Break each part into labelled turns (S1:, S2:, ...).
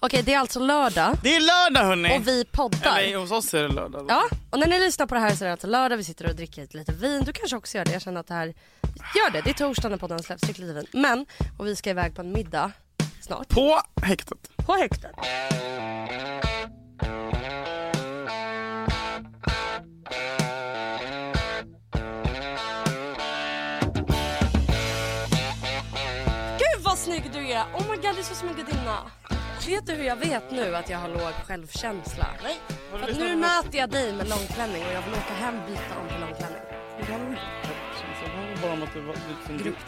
S1: Okej, det är alltså lördag
S2: Det är lördag hörni!
S1: och vi poddar.
S2: Eller hos oss är det lördag. då.
S1: Ja, och när ni lyssnar på det här så är det alltså lördag, vi sitter och dricker lite vin. Du kanske också gör det, jag känner att det här, gör det. Det är torsdag när podden släpps, drick lite vin. Men, och vi ska iväg på en middag snart.
S2: På häktet.
S1: På häktet. Gud vad snygg du är! Oh my god, du är så som en gudinna. Vet du hur jag vet nu att jag har låg självkänsla?
S2: Nej, har du
S1: För att
S2: lyssnat
S1: nu
S2: på-
S1: möter jag dig med långklänning och jag vill åka hem byta om till långklänning.
S2: Det var bara om att det var lite grovt.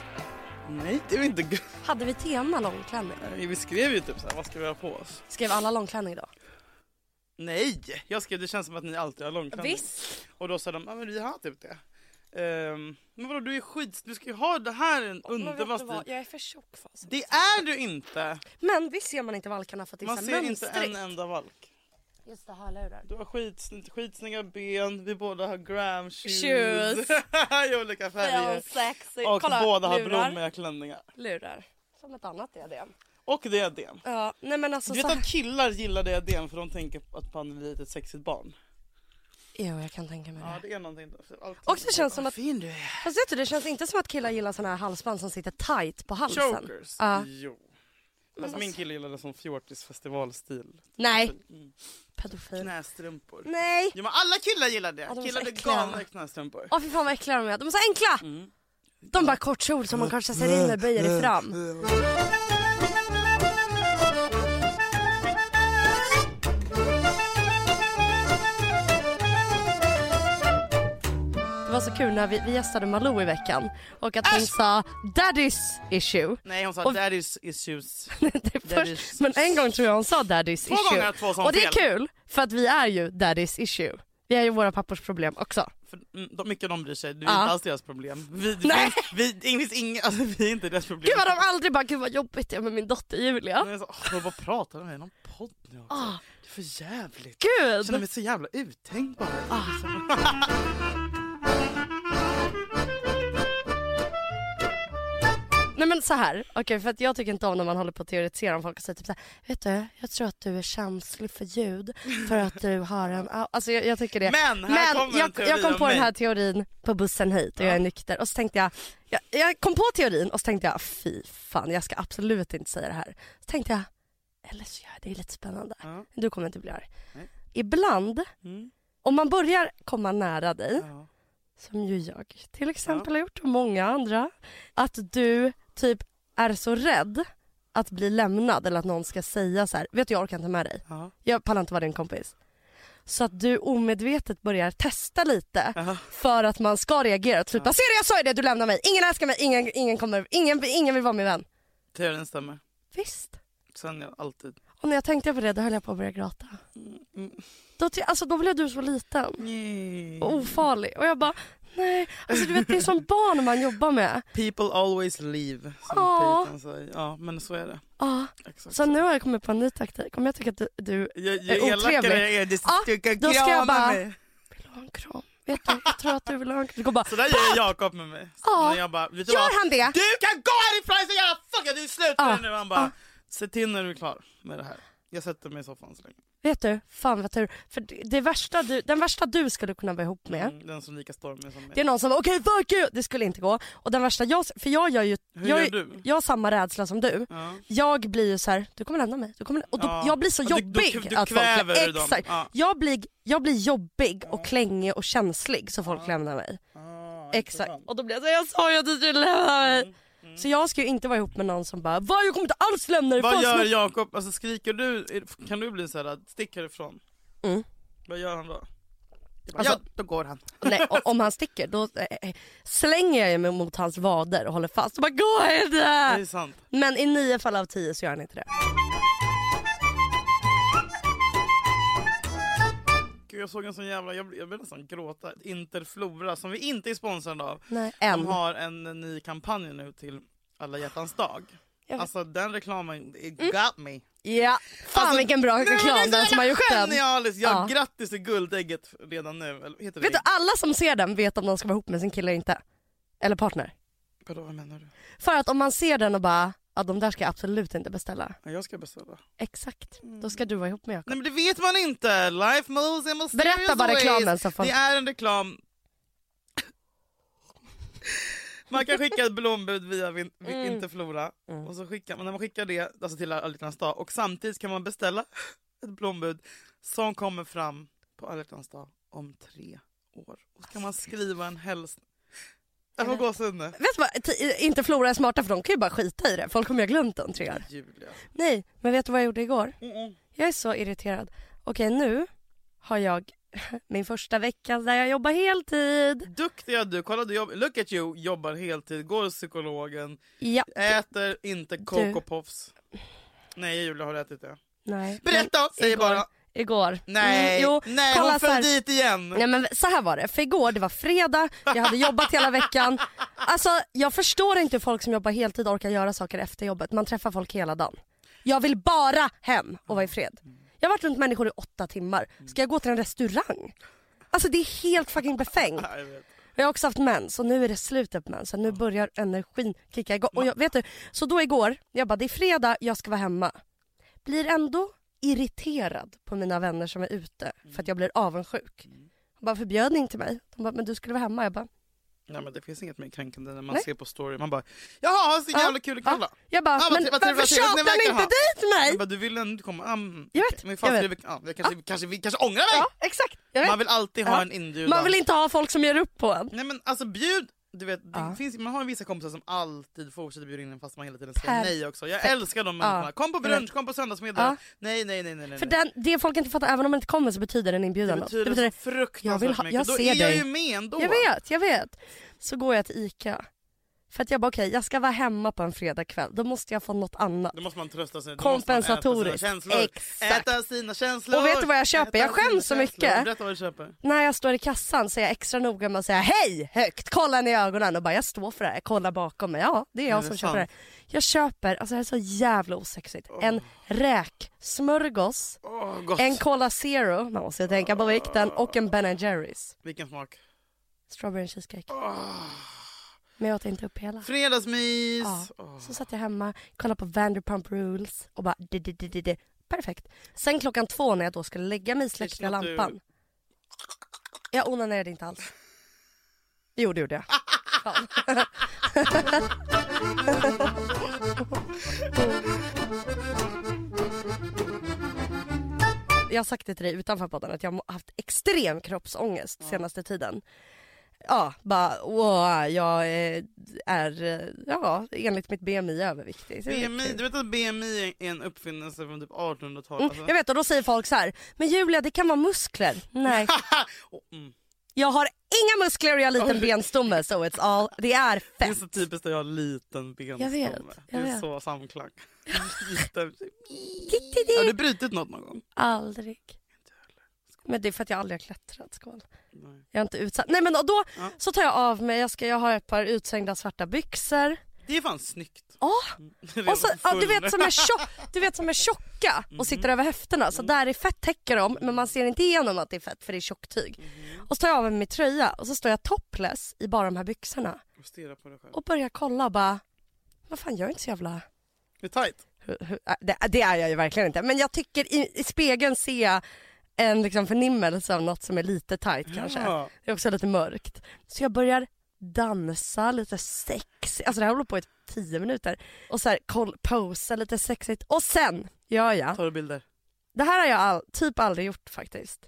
S2: Nej, det är inte grovt.
S1: Hade vi tema långklänning?
S2: Nej, Vi skrev ju typ så här, vad ska vi ha på oss?
S1: Skrev alla långklänning då?
S2: Nej! Jag skrev, det känns som att ni alltid har långklänning.
S1: Visst.
S2: Och då sa de, ja men vi har typ det. Ehm, men vadå du är skit, du ska ju ha det här är en underbar stil.
S1: Jag är för tjock fasen.
S2: Det är du inte!
S1: Men visst ser man inte valkarna för att det är
S2: Man
S1: så
S2: ser
S1: här
S2: inte en
S1: mönstrigt.
S2: enda valk.
S1: Just det, hörlurar.
S2: Du har skitsn- skitsnygga ben, vi båda har gram shoes.
S1: Shoes.
S2: I olika färger.
S1: sexy.
S2: Och båda har blommiga klänningar.
S1: Lurar. Som ett annat diadem.
S2: Och diadem.
S1: Ja, nej men alltså
S2: Du vet
S1: så...
S2: att killar gillar diadem för de tänker att man är ett sexigt barn.
S1: Jo, jag kan tänka mig
S2: Ja
S1: det.
S2: det är någonting. Alltid.
S1: Och det känns som
S2: Vad
S1: att-
S2: fin du är.
S1: Fast vet du, det känns inte som att killar gillar såna här halsband som sitter tight på halsen.
S2: Chokers.
S1: Ja.
S2: Jo. Alltså, min kille gillade som fjortisfestivalstil.
S1: Nej,
S2: Mm.
S1: pedofil.
S2: Knästrumpor.
S1: Nej!
S2: Jo men alla killar gillar det.
S1: Ja, de är så
S2: killar blir
S1: äckliga.
S2: galna i knästrumpor.
S1: Åh fy fan vad äckliga de är. De är så enkla! De bara kort kjol som man kanske ser in och böjer i fram. Det var så kul när vi, vi gästade Malou i veckan och att hon sa daddy's issue.
S2: Nej hon sa
S1: Och-
S2: daddy's issues.
S1: Det är först,
S2: Daddy's-
S1: men en gång tror jag hon sa daddy's
S2: Två
S1: issue.
S2: gånger har två sån
S1: och det är
S2: fel.
S1: kul för att vi är ju daddy's issue. Vi är ju våra pappors problem också.
S2: För, mm, de, mycket de bryr sig, det är
S1: Ja.
S2: inte alls deras problem. Vi,
S1: Nej.
S2: vi, vi, det finns inga, alltså, vi är inte deras problem.
S1: Gud vad de aldrig bara, gud vad jobbigt det är med min dotter Julia.
S2: Men jag sa, "Åh, vad- vad pratar de om? Är det någon podd nu också?
S1: Ah.
S2: Det är för jävligt. Jag känner
S1: Gud!
S2: mig så jävla uttänkt bara.
S1: Ah, Nej men så här, okej för att jag tycker inte om när man håller på att teoretisera om folk och säger typ så här, vet du, jag tror att du är känslig för ljud för att du har en, au-" alltså jag, jag tycker det.
S2: Men här kommer en
S1: jag,
S2: teori
S1: jag kom
S2: om
S1: på den
S2: mig.
S1: här teorin på bussen hit och jag är nykter och så tänkte jag, jag, jag kom på teorin och så tänkte jag fy fan jag ska absolut inte säga det här. Så tänkte jag, eller så gör jag det, det är lite spännande.
S2: Ja.
S1: Du kommer inte bli arg.
S2: Nej.
S1: Ibland,
S2: Mm.
S1: om man börjar komma nära dig
S2: Ja.
S1: som ju jag till exempel har gjort och många andra. Att du typ är så rädd att bli lämnad eller att någon ska säga så här, vet du jag orkar inte med dig.
S2: Ja.
S1: Jag pallar inte vara din kompis. Så att du omedvetet börjar testa lite för att man ska reagera. Typ, ja. ser du jag sa ju det, du lämnar mig, ingen älskar mig, ingen, ingen, kommer, ingen, ingen vill vara min vän.
S2: Teorin stämmer.
S1: Visst.
S2: Sen jag alltid. Mm,
S1: Och när jag tänkte på det då höll jag på att börja gråta. Då, ty- alltså, då blev du så liten.
S2: mm.
S1: och ofarlig. Och jag bara, nej. Alltså du vet det är som barn man jobbar med.
S2: People always leave. Som
S1: Ja.
S2: Peyton säger. Ja men så är det.
S1: Ja.
S2: Exakt.
S1: Ah. Så nu har jag kommit på en ny taktik. Om jag tycker att du, du
S2: jag,
S1: är
S2: ju elakare
S1: otrevlig.
S2: jag är desto
S1: Ja,
S2: du kan
S1: då ska jag
S2: krama
S1: bara-
S2: mig.
S1: vill ha en kram. Vet du, jag tror att du vill ha en kram. Du går bara,
S2: Så där gör Jakob med mig.
S1: Ah. Ja.
S2: När jag bara, vet du vad?
S1: gör han det?
S2: Du kan gå härifrån så jävla fucking du är slut med
S1: Ja,
S2: det nu. Han
S1: ah.
S2: bara, se till när du är klar med det här. Jag sätter mig i soffan så länge.
S1: Vet du, fan vad tur. För det, det värsta du, den värsta du skulle kunna vara ihop med
S2: Mm, Den som lika stormig som mig.
S1: Det är någon som bara, okej fuck you! Det skulle inte gå. Och den värsta jag, för jag gör ju,
S2: Hur
S1: jag,
S2: gör du?
S1: jag har samma rädsla som du.
S2: Ja.
S1: Jag blir ju så här, du kommer lämna mig. Du kommer, och då,
S2: Ja.
S1: Jag blir så
S2: Du- du-
S1: jobbig.
S2: du
S1: att folk,
S2: Alltså, kväver
S1: ja,
S2: du dem. Ah,
S1: exakt.
S2: Ja.
S1: Jag, blir, jag blir jobbig och klängig och känslig så folk lämnar mig.
S2: Ah,
S1: Exakt.
S2: intressant.
S1: Och då blir jag så här, jag sa ju att du skulle lämna mig.
S2: Mm,
S1: Så jag ska ju inte vara ihop med någon som bara, va jag kommer inte alls lämna dig.
S2: Vad
S1: fan,
S2: gör
S1: snälla."
S2: Jakob? Alltså skriker du, är- kan du bli så här att stick härifrån?
S1: Mm.
S2: Vad gör han då? Jag bara,
S1: Alltså-
S2: ja, då går han.
S1: Nej, o- om han sticker då eh, slänger jag mig mot hans vader och håller fast och bara, gå inte!
S2: Det är sant.
S1: Men i nio fall av tio så gör han inte det.
S2: Gud, jag såg en sån jävla, jag blev jag blev nästan gråta. Interflora som vi inte är sponsrade av.
S1: Nej,
S2: De
S1: än.
S2: har en ny kampanj nu till alla hjärtans dag.
S1: Jag vet.
S2: Alltså den reklamen, it got me.
S1: Ja. Fan
S2: Alltså,
S1: vilken bra
S2: Nej, men det är
S1: reklam
S2: så
S1: den som har gjort
S2: jävla
S1: den.
S2: Genialiskt! Ja,
S1: Ja.
S2: grattis till guldägget redan nu. Eller, heter
S1: Vet du,
S2: det?
S1: alla som ser den vet om de ska vara ihop med sin kille eller inte. Eller partner.
S2: Vadå, vad menar du?
S1: För att om man ser den och bara, ja ja, de där ska jag absolut inte beställa.
S2: Ja, jag ska beställa.
S1: Exakt.
S2: Mm.
S1: Då ska du vara ihop med Jakob.
S2: Nej men det vet man inte. Life moves in mysterious
S1: Berätta vad
S2: ways.
S1: reklamen så folk...
S2: Det är en reklam. Man kan skicka ett blombud via vin- vi-
S1: Mm.
S2: Interflora.
S1: Mm.
S2: Och så skickar man, när man skickar det alltså till Alla hjärtans dag och samtidigt kan man beställa ett blombud som kommer fram på Alla hjärtans dag om tre år. Och så kan man skriva en hälsning. Jag får
S1: vet.
S2: gåshud nu.
S1: Vet du vad, T- inte Flora är smarta för de kan ju bara skita i det. Folk kommer ju ha glömt den tre år.
S2: Julia.
S1: Nej, men vet du vad jag gjorde igår?
S2: Mm-mm.
S1: Jag är så irriterad. Okej, nu har jag min första vecka där jag jobbar heltid.
S2: Duktiga du, kolla du jobb- look at you, jobbar heltid, går hos psykologen,
S1: Ja,
S2: äter inte Coco Puffs. Nej Julia har du ätit det?
S1: nej.
S2: Berätta! Säg
S1: igår-
S2: bara.
S1: Men Igår. Mm,
S2: Nej,
S1: jo,
S2: nej
S1: kolla
S2: hon
S1: så här.
S2: föll dit igen.
S1: Nej men så här var det, för igår det var fredag, jag hade jobbat hela veckan. Alltså jag förstår inte hur folk som jobbar heltid orkar göra saker efter jobbet. Man träffar folk hela dagen. Jag vill bara hem och vara i fred. Jag har varit runt människor i åtta timmar. Ska jag gå till en restaurang? Alltså det är helt fucking befängt.
S2: Ja, jag vet.
S1: Jag har också haft mens och nu är det slutet på mensen. Nu börjar energin kicka igång. Och jag, vet du, så då igår, jag bara det är fredag, jag ska vara hemma. Blir ändå irriterad på mina vänner som är ute för att jag blir avundsjuk. Jag bara, förbjöd ni inte mig? De bara, men du skulle vara hemma. Jag bara,
S2: Nej, men det finns inget mer kränkande när man
S1: Nej.
S2: ser på story. Man bara jaha, så
S1: Ja.
S2: jävla kul ikväll då.
S1: jag bara
S2: Ja, vad
S1: men
S2: trevligt, vad
S1: varför
S2: trevligt, vad
S1: tjatar
S2: trevligt ni
S1: ni
S2: verkar
S1: inte
S2: ha."
S1: dit
S2: Jag
S1: mig?
S2: bara, du ville ändå komma. Ah, mm,
S1: Jag
S2: okej.
S1: vet,
S2: Men fan,
S1: jag
S2: vi, ja, jag kanske, kanske, vi kanske ångrar mig.
S1: Ja, exakt. Jag vet.
S2: Man vill alltid
S1: Ja.
S2: ha en inbjudan.
S1: Man vill inte ha folk som ger upp på en.
S2: Nej men alltså bjud. Du vet, det
S1: Ja.
S2: finns, man har ju vissa kompisar som alltid fortsätter bjuda in en fast man hela tiden säger
S1: Perfekt.
S2: nej också. Jag älskar de människorna. Kom på
S1: Jag
S2: brunch, kom på söndagsmiddag.
S1: Ja.
S2: Nej, nej, nej, nej. nej.
S1: För den, det folk inte fattar, även om man inte kommer så betyder en inbjudan
S2: det
S1: något.
S2: betyder,
S1: det betyder
S2: så fruktansvärt
S1: jag vill ha-
S2: mycket.
S1: jag
S2: Då
S1: ser
S2: är jag
S1: dig.
S2: ju med ändå.
S1: Jag vet, jag vet. Så går jag till ICA. För att jag bara okej, jag ska vara hemma på en fredagkväll. Då måste jag få något annat.
S2: Då måste man trösta sig. Då
S1: Kompensatoriskt.
S2: Måste man äta sina känslor.
S1: Exakt.
S2: Äta sina känslor.
S1: Och vet du vad jag köper?
S2: Äta
S1: Jag skäms
S2: sina
S1: så
S2: känslor.
S1: mycket.
S2: Berätta vad du köper.
S1: När jag står i kassan så är jag extra noga med att säga hej högt. Kolla henne i ögonen och bara jag står för det här. Kolla bakom mig. Ja, det är jag
S2: Är det
S1: som
S2: sant?
S1: köper det här. Jag köper, alltså det här är så jävla osexigt. En räksmörgås,
S2: Åh, gott.
S1: en Cola Zero, man måste ju tänka på vikten, och en Ben Jerrys.
S2: Vilken smak.
S1: Strawberry and cheesecake.
S2: Åh.
S1: Men jag åt inte upp hela.
S2: Fredagsmys.
S1: Ja.
S2: Åh.
S1: Så satt jag hemma, kollade på Vanderpump Rules och bara di, di, di, di, di. perfekt. Sen klockan två när jag då skulle lägga mig släckte jag
S2: Känner att du-
S1: lampan. Jag onanerade inte alls. Ah! Jo det gjorde jag. Fan. Jag har sagt det till dig utanför podden att jag har haft extrem kroppsångest senaste tiden. Ja, bara wow, jag eh, är eh, ja, enligt mitt BMI överviktig. Så det är
S2: BMI,
S1: kul.
S2: du vet att BMI är en uppfinnelse från typ 1800-talet?
S1: Mm,
S2: alltså?
S1: jag vet och då säger folk så här, men Julia det kan vara muskler. Nej,
S2: Åh, mm.
S1: jag har inga muskler och jag har liten benstomme so it's all, det är
S2: Det är
S1: fett.
S2: så typiskt att jag har liten benstomme.
S1: Jag vet,
S2: Det
S1: jag
S2: är
S1: vet.
S2: så samklang. Liten- har du brutit något någon gång?
S1: Aldrig. Men det är för att jag aldrig har klättrat, skål.
S2: Nej.
S1: Jag är inte utsatt. Nej men och då
S2: Ja.
S1: så tar jag av mig, jag, ska, jag har ett par utsvängda svarta byxor.
S2: Det är fan snyggt.
S1: Ja.
S2: Redan
S1: Och så, ja, du,
S2: full. Mm-hmm.
S1: vet, som är tjock, du vet som är tjocka och sitter över höfterna. Så där är fett täcker de men man ser inte igenom att det är fett för det är tjocktyg.
S2: Mm.
S1: Och så tar jag av mig min tröja och så står jag topless i bara de här byxorna
S2: Och stirra på dig själv.
S1: och börjar kolla och bara vad fan jag är inte så jävla...
S2: Det är tajt.
S1: Hur- hur- äh, Det, det är jag ju verkligen inte men jag tycker i, i spegeln ser jag en liksom förnimmelse av något som är lite tight kanske.
S2: Ja.
S1: Det är också lite mörkt. Så jag börjar dansa lite sexigt. Alltså det här håller på i tio minuter. Och så här, koll, posa lite sexigt. Och sen gör jag,
S2: Tar du bilder?
S1: det här har jag all, typ aldrig gjort faktiskt.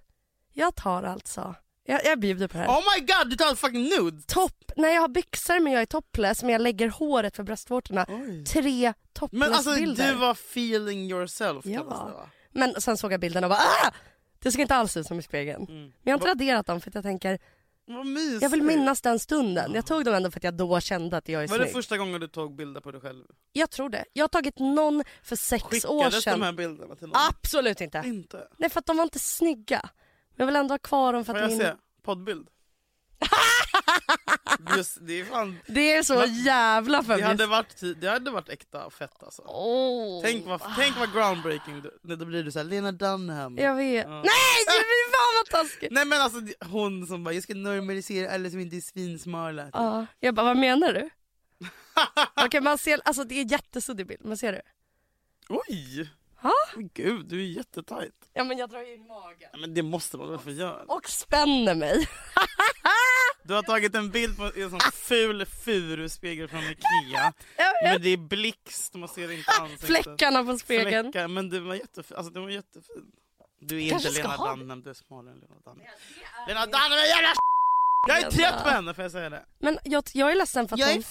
S1: Jag tar alltså, jag, jag bjuder på det här.
S2: Oh my god, du tar fucking nude!
S1: Topp, när jag har byxor men jag är topless men jag lägger håret för bröstvårtorna.
S2: Oj.
S1: Tre
S2: Men alltså
S1: topless-bilder.
S2: du var feeling yourself
S1: Ja.
S2: kallas det va?
S1: Men sen såg jag bilden och bara ah! Det ser inte alls ut som i spegeln.
S2: Mm.
S1: Men jag har inte raderat dem för att jag tänker,
S2: Vad mysigt.
S1: jag vill minnas den stunden. Jag tog dem ändå för att jag då kände att jag är
S2: Var det
S1: snygg.
S2: första gången du tog bilder på dig själv?
S1: Jag tror det. Jag har tagit någon för sex år
S2: Skickades
S1: sedan.
S2: de här bilderna till någon?
S1: Absolut inte.
S2: Inte?
S1: Nej för att de var inte snygga. Men jag vill ändå ha kvar dem för
S2: Får
S1: att
S2: jag
S1: min...
S2: se? Poddbild? Just, det, är fan,
S1: Det är så jävla
S2: det,
S1: förbjusat.
S2: hade varit, ti- det hade varit äkta fett alltså.
S1: Åh.
S2: Tänk vad, tänk vad groundbreaking, du- när då blir du såhär Lena Dunham.
S1: Jag vet.
S2: Ja.
S1: Nej fy fan vad taskigt.
S2: Nej men alltså det- hon som bara jag ska normalisera alla som inte är svinsmala.
S1: Ja. Jag bara vad menar du? Okej, man ser, alltså det är en jättesuddig bild, men ser du?
S2: Oj!
S1: Ha?
S2: Men Gud, du är jättetajt.
S1: Ja men jag drar in magen.
S2: Nej, Men det måste man väl få göra?
S1: Och spänner mig.
S2: Du har tagit en bild på en sån ful furuspegel från Ikea.
S1: Jag vet.
S2: Men det är blixt, man ser inte ansiktet.
S1: Fläckarna på spegeln.
S2: Alltså, Fläckar, men det var jättefin. Alltså, det var jättefin. Du är
S1: Kanske
S2: inte
S1: ska
S2: Lena
S1: ha
S2: Dunham, du är smalare än Lena Dunham. Lena Dunham är jävla Jag är
S1: Lena.
S2: trött på henne, får jag säga det?
S1: Men jag, jag är ledsen för att
S2: Jag är
S1: hon...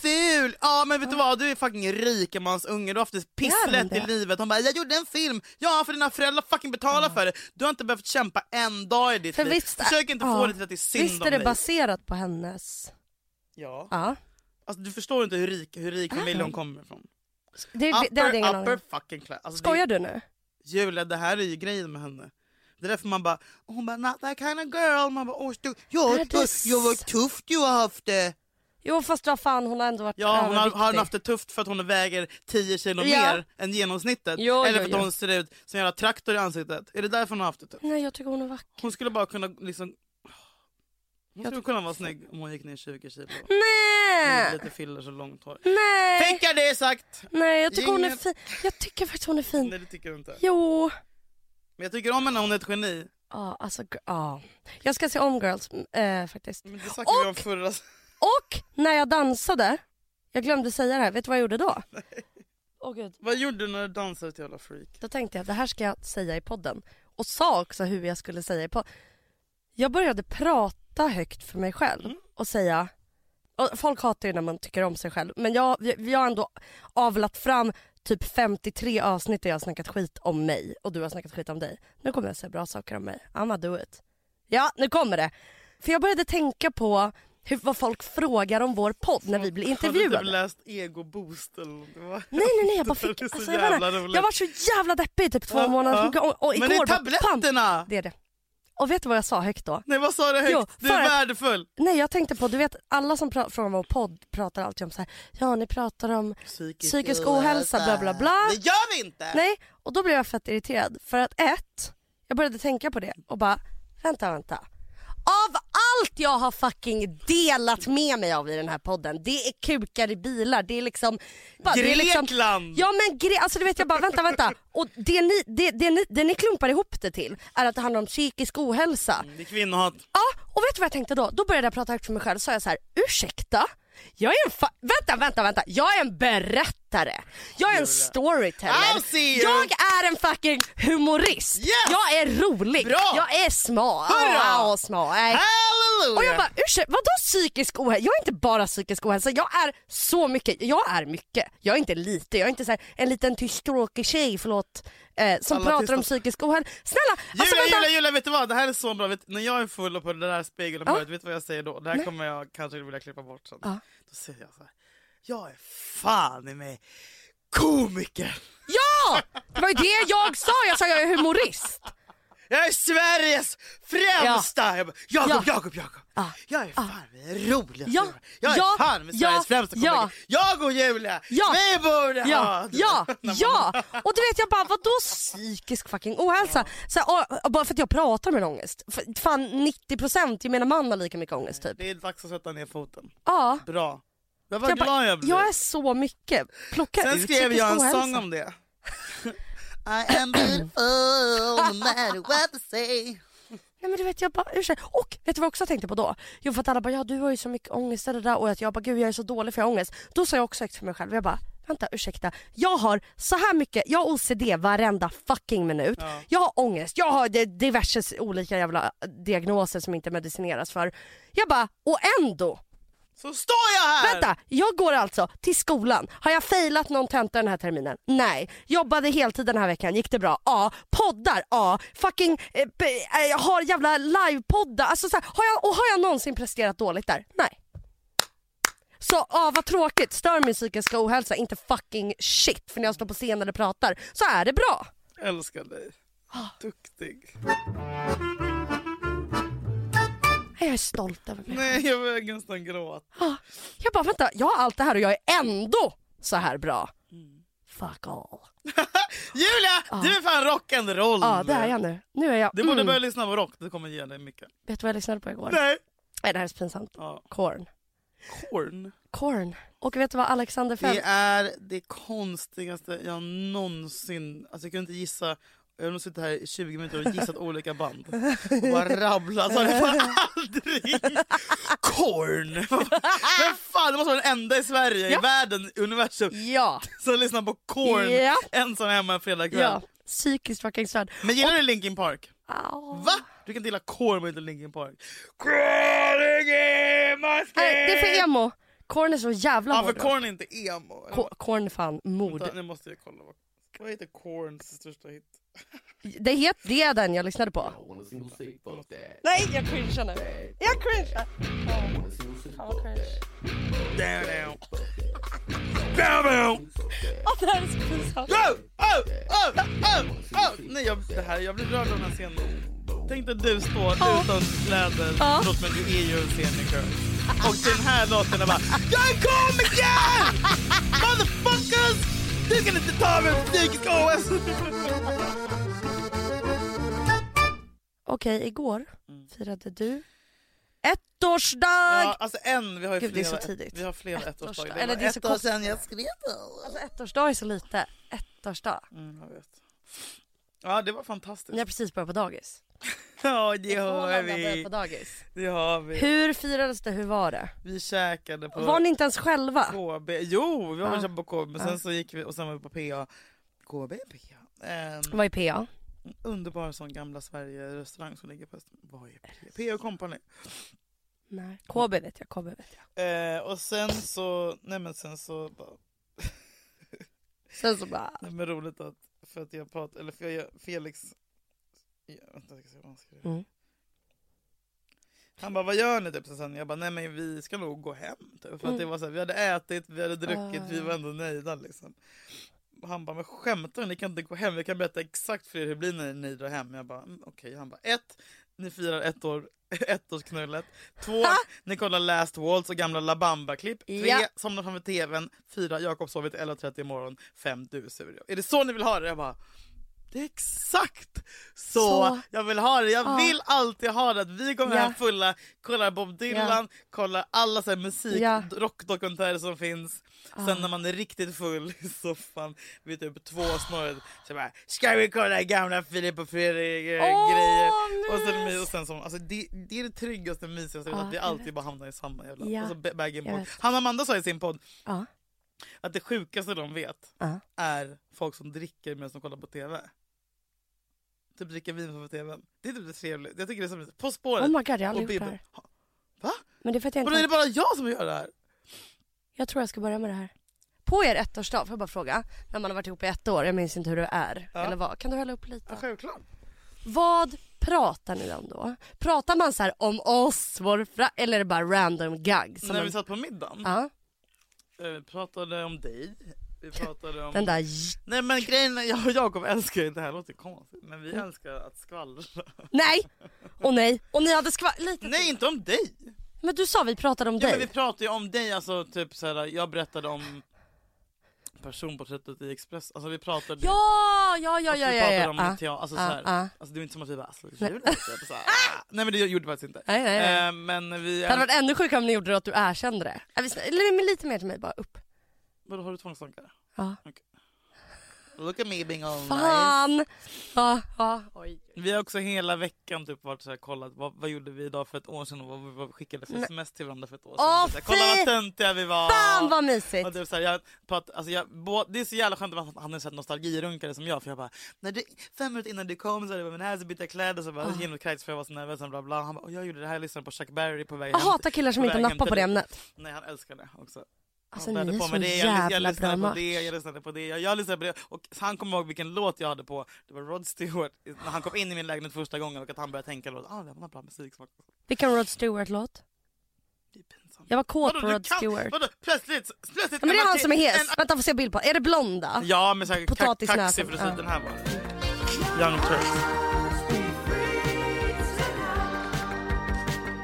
S2: ful! Ja men vet du vad, du är fucking rikemansunge, du har haft det
S1: Är hon
S2: pisslätt
S1: det?
S2: i livet. Hon bara, jag gjorde en film, ja för dina föräldrar fucking betalar för det. Du har inte behövt kämpa en dag i ditt
S1: För
S2: liv.
S1: visst-
S2: Försök inte
S1: ja.
S2: få det till att det är synd
S1: Visst
S2: om
S1: är det
S2: dig.
S1: baserat på hennes...
S2: Ja.
S1: Ja.
S2: Alltså, du förstår inte hur rik, hur rik familj hon kommer ifrån.
S1: Det, det, det hade jag ingen
S2: Upper,
S1: aning
S2: upper
S1: om.
S2: fucking class. Alltså, det-
S1: Skojar du nu?
S2: Julia, det här är ju grejen med henne. Det är därför man bara, hon bara not that kind of girl. Man bara, åh, du,
S1: Är
S2: jag,
S1: det
S2: jag, jag var
S1: s-
S2: tufft du har haft det.
S1: Jo fast vad fan hon har ändå varit
S2: Ja, hon har,
S1: överviktig.
S2: har hon haft det tufft för att hon väger 10 kilo
S1: Ja.
S2: mer än genomsnittet.
S1: Jo,
S2: eller
S1: jo,
S2: för att
S1: jo.
S2: hon ser ut som en jävla traktor i ansiktet. Är det därför hon har haft det tufft?
S1: Nej jag tycker hon är vacker.
S2: Hon skulle bara kunna liksom... Hon skulle
S1: tror-
S2: kunna vara snygg om hon gick ner 20 kilo. Med
S1: Nej!
S2: lite fillers och långt hår.
S1: Nej!
S2: Fick jag det sagt?
S1: Nej jag tycker hon är
S2: Ingen-
S1: fin. Jag tycker faktiskt hon är fin.
S2: Nej det tycker jag inte.
S1: Jo.
S2: Men jag tycker om henne, hon är ett geni.
S1: Ja alltså gr- ja. Jag ska se om Girls eh, faktiskt.
S2: Men det snackade vi om
S1: Och-
S2: förra...
S1: Och när jag dansade, jag glömde säga det här, vet du vad jag gjorde då? Åh gud.
S2: Vad gjorde du när du dansade till jävla freak?
S1: Då tänkte jag det här ska jag säga i podden. Och sa också hur jag skulle säga i podden. Jag började prata högt för mig själv
S2: Mm.
S1: och säga och Folk hatar ju när man tycker om sig själv men jag, vi- vi har ändå avlat fram typ 53 avsnitt där jag har snackat skit om mig och du har snackat skit om dig. Nu kommer jag säga bra saker om mig. Amma do it. Ja, nu kommer det. För jag började tänka på hur, vad folk frågar om vår podd när vi blir
S2: Har du
S1: intervjuade.
S2: typ läst Ego Boost eller något? Va?
S1: Nej nej nej jag bara
S2: Det där
S1: fick,
S2: är så
S1: alltså, jag, vet inte,
S2: jävla roligt.
S1: jag var så jävla deppig i typ två
S2: Ja,
S1: månader
S2: ja.
S1: och, och, och igår
S2: Men det är
S1: bara, pam,
S2: tabletterna!
S1: det är det. Och vet du vad jag sa högt då?
S2: Nej vad sa du högt?
S1: Jo,
S2: du
S1: för
S2: är
S1: att-
S2: värdefull!
S1: Nej jag tänkte på, du vet alla som pra- frågar om vår podd pratar alltid om så här, ja ni pratar om
S2: Psykisk,
S1: Psykisk ohälsa, bla, bla, bla.
S2: Det gör vi inte!
S1: Nej, och då blev jag fett irriterad. För att ett, jag började tänka på det och bara, vänta, vänta. Av allt jag har fucking delat med mig av i den här podden, det är kukar i bilar, det är liksom... bara- det är liksom-
S2: Grekland!
S1: Ja men gre- alltså du vet jag bara vänta vänta. Och det ni, det, det, ni, det ni klumpar ihop det till är att det handlar om psykisk ohälsa.
S2: Det är kvinnohat.
S1: Ja, och vet du vad jag tänkte då? Då började jag prata högt för mig själv och sa jag så här, ursäkta? Jag är en fa- vänta, vänta, vänta. Jag är en berättare. Jag är en
S2: I'll
S1: storyteller.
S2: see you.
S1: Jag är en fucking humorist.
S2: Yes.
S1: Jag är rolig.
S2: Bra.
S1: Jag är smal.
S2: Hurra.
S1: Ja, smal. Nej.
S2: Halleluja!
S1: Och jag bara, ursäkta, vadå psykisk ohälsa? Jag är inte bara psykisk ohälsa, jag är så mycket. Jag är mycket. Jag är inte lite, jag är inte så här, en liten tyst tråkig tjej, förlåt, eh, som
S2: Alla
S1: pratar
S2: tysta.
S1: om psykisk ohälsa. Snälla! alltså,
S2: Julia,
S1: vänta.
S2: Julia, Julia, vet du vad? Det här är så bra. Vet, när jag är full och på det där spegeln
S1: Ja.
S2: ja. vet du vad jag säger då? Det här
S1: Nej.
S2: kommer jag kanske vilja klippa bort sen.
S1: Ja.
S2: Då säger jag så här. Jag är fan i mig komiker!
S1: Ja! Det var ju det jag sa, jag sa jag är humorist.
S2: Jag är Sveriges främsta! Jag bara, Jakob,
S1: Ja.
S2: Jakob, Jakob.
S1: Ja.
S2: Jag är fan med roligast.
S1: Ja.
S2: Jag är
S1: Ja.
S2: fan med
S1: Ja.
S2: Sveriges främsta
S1: Ja.
S2: komiker. Jag och Julia,
S1: Ja.
S2: vi borde
S1: Ja,
S2: ha...
S1: ja,
S2: När man-
S1: ja! Och du vet jag bara, vadå psykisk fucking ohälsa? Så här, och, och bara för att jag pratar med ångest. F- Fan 90% gemene man har lika mycket ångest typ.
S2: Det är dags att sätta ner foten.
S1: Ja.
S2: Bra. Jag var
S1: Jag,
S2: glad
S1: bara,
S2: jag blev.
S1: jag är så mycket. Plocka
S2: Sen
S1: ut
S2: skrev jag en
S1: psykisk
S2: sång
S1: ohälsa.
S2: om det. I am beautiful no matter what they say.
S1: Nej men du vet jag bara, ursäkta. Och vet du vad jag också tänkte på då? Jo för att alla bara, ja du har ju så mycket ångest och det där och att jag bara, gud jag är så dålig för jag har ångest. Då sa jag också högt för mig själv, jag bara, vänta ursäkta. Jag har så här mycket, jag har OCD varenda fucking minut.
S2: Ja.
S1: Jag har ångest, jag har de- diverse s- olika jävla diagnoser som inte medicineras för. Jag bara, och ändå
S2: Så står jag här!
S1: Vänta, jag går alltså till skolan. Har jag failat någon tenta den här terminen? Nej. Jobbade heltid den här veckan, gick det bra? Ja. Poddar? Ja. Fucking eh, be- eh, jag har jävla livepoddar. Alltså, så här, har, jag, och har jag någonsin presterat dåligt där? Nej. Så ah, vad tråkigt, stör min psykiska ohälsa, inte fucking shit. För när jag står på scen eller pratar så är det bra.
S2: Älskar dig.
S1: Ah.
S2: Duktig.
S1: Jag är stolt över mig.
S2: Nej, jag börjar nästan gråta.
S1: Ah, jag bara vänta, jag har allt det här och jag är ändå så här bra. Fuck all.
S2: Julia, du är fan rock'n'roll.
S1: Ja, Ah. det är jag nu. Nu är jag...
S2: Du borde
S1: mm.
S2: börja lyssna på rock, det kommer ge dig mycket.
S1: Vet du vad jag lyssnade på igår?
S2: Nej.
S1: Nej det här är så pinsamt.
S2: Ja.
S1: Korn.
S2: Korn.
S1: Korn. Och vet du vad Alexander Feld...
S2: Det är det konstigaste jag någonsin... Alltså jag kunde inte gissa. Jag har nog suttit här i 20 minuter och gissat olika band. Och bara rabblat. Så det var aldrig... Korn! Men fan, det måste vara den enda i Sverige,
S1: Ja.
S2: i världen, i universum
S1: Ja.
S2: som lyssnar på Korn
S1: Ja.
S2: ensam hemma en fredagkväll.
S1: ja. Psykiskt fucking störd.
S2: Men gillar du Linkin Park?
S1: Au.
S2: Va? Du kan inte gilla Korn men inte Linkin Park. Crawling in my skin!
S1: Nej, det är för emo. Korn är så jävla
S2: Ja, för
S1: hård.
S2: Korn är inte emo.
S1: Ko- Korn är fan mord.
S2: Vänta, nu måste jag kolla. Vad, vad heter Korns största hit?
S1: Det, het, det är den jag lyssnade på.
S3: wanna see you say fuck that.
S1: Nej, jag cringear nu. Jag cringear.
S3: Wanna see you say fuck
S1: cringe.
S3: that.
S2: Down, down. Down, down.
S1: Åh, det här är så pinsamt.
S2: Oh, oh, oh, oh, oh. Nej, jag, det här, jag blir rörd av den här scenen. Tänk dig du står utan kläder.
S1: Ja.
S2: Förlåt, men du är ju en sceniker. Och till den här låten jag bara... Jag är komiker! Motherfuckers! Du kan inte ta mig till psykisk OS!
S1: Okej, igår firade du ettårsdag!
S2: Ja, alltså en, vi har ju
S1: Gud, det är
S2: flera,
S1: så tidigt.
S2: Vi har flera ettårsdagar.
S1: Eller det är
S2: var
S1: så
S2: ett år
S1: kort.
S2: sedan jag skrev det.
S1: Alltså ettårsdag är så lite. Ettårsdag.
S2: Mm, jag vet. Ja, det var fantastiskt.
S1: Ni har precis börjat på dagis.
S2: Ja, det
S1: Förhållanden
S2: har
S1: har börjat
S2: vi.
S1: på dagis.
S2: Det har vi.
S1: Hur firades det? Hur var det?
S2: Vi käkade på
S1: Var ni inte ens själva?
S2: KB. Jo, vi var
S1: Ja.
S2: ja. på KB, men sen så gick vi och sen var vi på PA. KB, PA. En
S1: Vad är PA?
S2: Ehm, underbar sån gamla Sverige-restaurang som ligger på Öster- Vad är PA? PA Company.
S1: Nej. KB vet jag, KB vet jag.
S2: Eh, och sen så, nej men sen så bara
S1: Sen så bara...
S2: Det är roligt att, för att jag pratar, eller för jag, Felix... Ja, vänta, jag ska se vad han skrev.
S1: Mm.
S2: Han bara, vad gör ni? Typ, så sen jag bara, nej men vi ska nog gå hem. Typ. För att det var så här, vi hade ätit, vi hade druckit, vi var ändå nöjda liksom. Och Han bara, men skämtar ni? Ni kan inte gå hem. Jag kan berätta exakt för er hur det blir när ni drar hem. Jag bara, mm, okej. Han bara, ett, ni firar ett år, ettårsknullet. Två, ni kollar Last Waltz och gamla La Bamba-klipp. Tre,
S1: Ja.
S2: somnar framför tvn. Fyra, Jakob sover till 11.30 imorgon. Fem, du är sur. Är det så ni vill ha det? Jag bara, det är exakt så,
S1: Så.
S2: jag vill ha det. Jag
S1: Ja.
S2: vill alltid ha det. Att vi kommer
S1: Ja.
S2: hem fulla, kollar Bob Dylan, kollar alla så här musik,
S1: Ja.
S2: rockdokumentärer som finns.
S1: ah.
S2: Sen när man är riktigt full i soffan vid typ två snarare så bara “ska vi kolla gamla Filip och eh,
S1: Åh,
S2: Fredrik-grejer?” och, sen,
S1: mys!
S2: och sen så, alltså, det, det är det tryggaste mysigaste,
S1: Ja,
S2: att vi
S1: jag
S2: alltid
S1: vet.
S2: bara hamnar i samma jävla... alltså,
S1: Ja,
S2: Och så ba- bag in
S1: jag
S2: board.
S1: vet.
S2: Hanna Amanda sa i sin podd
S1: Ja.
S2: att det sjukaste de vet
S1: Ja.
S2: är folk som dricker medan de kollar på TV. Typ dricka vin på TV. Det är typ det trevliga. Jag tycker det är så mysigt. På spåret
S1: Oh my god, jag har aldrig
S2: och
S1: gjort det
S2: Bibeln.
S1: här.
S2: Va?
S1: Men det är för att jag
S2: Och då är det
S1: inte...
S2: bara jag som gör det här?
S1: Jag tror jag ska börja med det här. På er ettårsdag, får jag bara fråga? När man har varit ihop i ett år, jag minns inte hur det är.
S2: Ja.
S1: Eller vad? Kan du hälla upp lite?
S2: Ja, självklart.
S1: Vad pratar ni om då? Pratar man så här om oss, vår fra... Eller är det bara random gag? Som
S2: När
S1: en-
S2: vi satt på middagen
S1: Ja,
S2: eh, vi pratade om dig. Vi pratade om...
S1: den där...
S2: Nej men grejen är, jag och Jakob älskar ju, det här låter konstigt, men
S1: Mm.
S2: vi älskar att skvallra.
S1: Nej! Och nej! Och ni hade skva... Lite
S2: Nej inte om dig!
S1: Men du sa vi pratade om
S2: Ja, men
S1: dig.
S2: vi pratade ju om dig, alltså typ såhär, jag berättade om personporträttet i Express, alltså vi pratade
S1: Ja, ja, ja,
S2: Alltså,
S1: ja,
S2: vi
S1: ja,
S2: pratade
S1: ja.
S2: om
S1: ja.
S2: teater, alltså,
S1: Ah,
S2: såhär,
S1: ah.
S2: alltså det var inte som att vi bara alltså, gör det inte. Så här, ah. Nej men det gjorde vi faktiskt inte.
S1: Nej, nej, nej.
S2: Eh, men vi...
S1: Det hade varit ännu sjukare om ni gjorde det att du erkände det. Ja, vi sn- Eller men lite mer till mig, bara upp.
S2: Vadå har du tvångstankar?
S1: Ja.
S2: Okej. Look at me being all nice.
S1: Fan! Ja, ja. Oj.
S2: Vi har också hela veckan typ varit såhär kollat vad, vad gjorde vi idag för ett år sedan och vad, vad vi skickade för sms till varandra för ett år sedan.
S1: Åh,
S2: Så här, Kolla
S1: fy
S2: vad töntiga vi var!
S1: Fan vad mysigt!
S2: Och typ så här, jag prat, alltså jag, bå, det är så jävla skönt att han är så här nostalgirunkare som jag. För jag bara, när du, fem minuter innan du kom så hade jag bara, men här så bytte jag kläder. Så bara,
S1: Ah.
S2: oh. Genom kajs för jag var så nervös. och Bla bla. Han bara, "Och jag gjorde det här, jag lyssnade på Chuck Berry på vägen
S1: Jag hatar killar som
S2: på
S1: inte
S2: vägen
S1: nappar
S2: till
S1: på det
S2: dig."
S1: ämnet.
S2: Nej han älskar det också.
S1: Alltså
S2: Han hade
S1: ni är
S2: på
S1: så
S2: mig det, jag, lys- jag
S1: jävla
S2: lyssnade
S1: bra
S2: på
S1: match.
S2: det, jag lyssnade på det, jag, jag lyssnade på det. Och han kommer ihåg vilken låt jag hade på. Det var Rod Stewart när han kom in i min lägenhet första gången och att han började tänka låt. Ah, det var bra musiksmak.
S1: Vilken Rod Stewart-låt?
S2: Det är pinsamt.
S1: Jag var kåt
S2: Vadå,
S1: på
S2: du
S1: Rod
S2: kan-
S1: Stewart.
S2: Vadå, plötsligt, plötsligt
S1: Ja, men det
S2: kan
S1: är
S2: man
S1: han
S2: se
S1: som är
S2: en
S1: hes. Vänta, får se bild på. Är det blond då?
S2: Ja, men såhär kax,
S1: Potatisnäsen,
S2: kaxig frisyr.
S1: ja.
S2: Den här var det. Young Turks.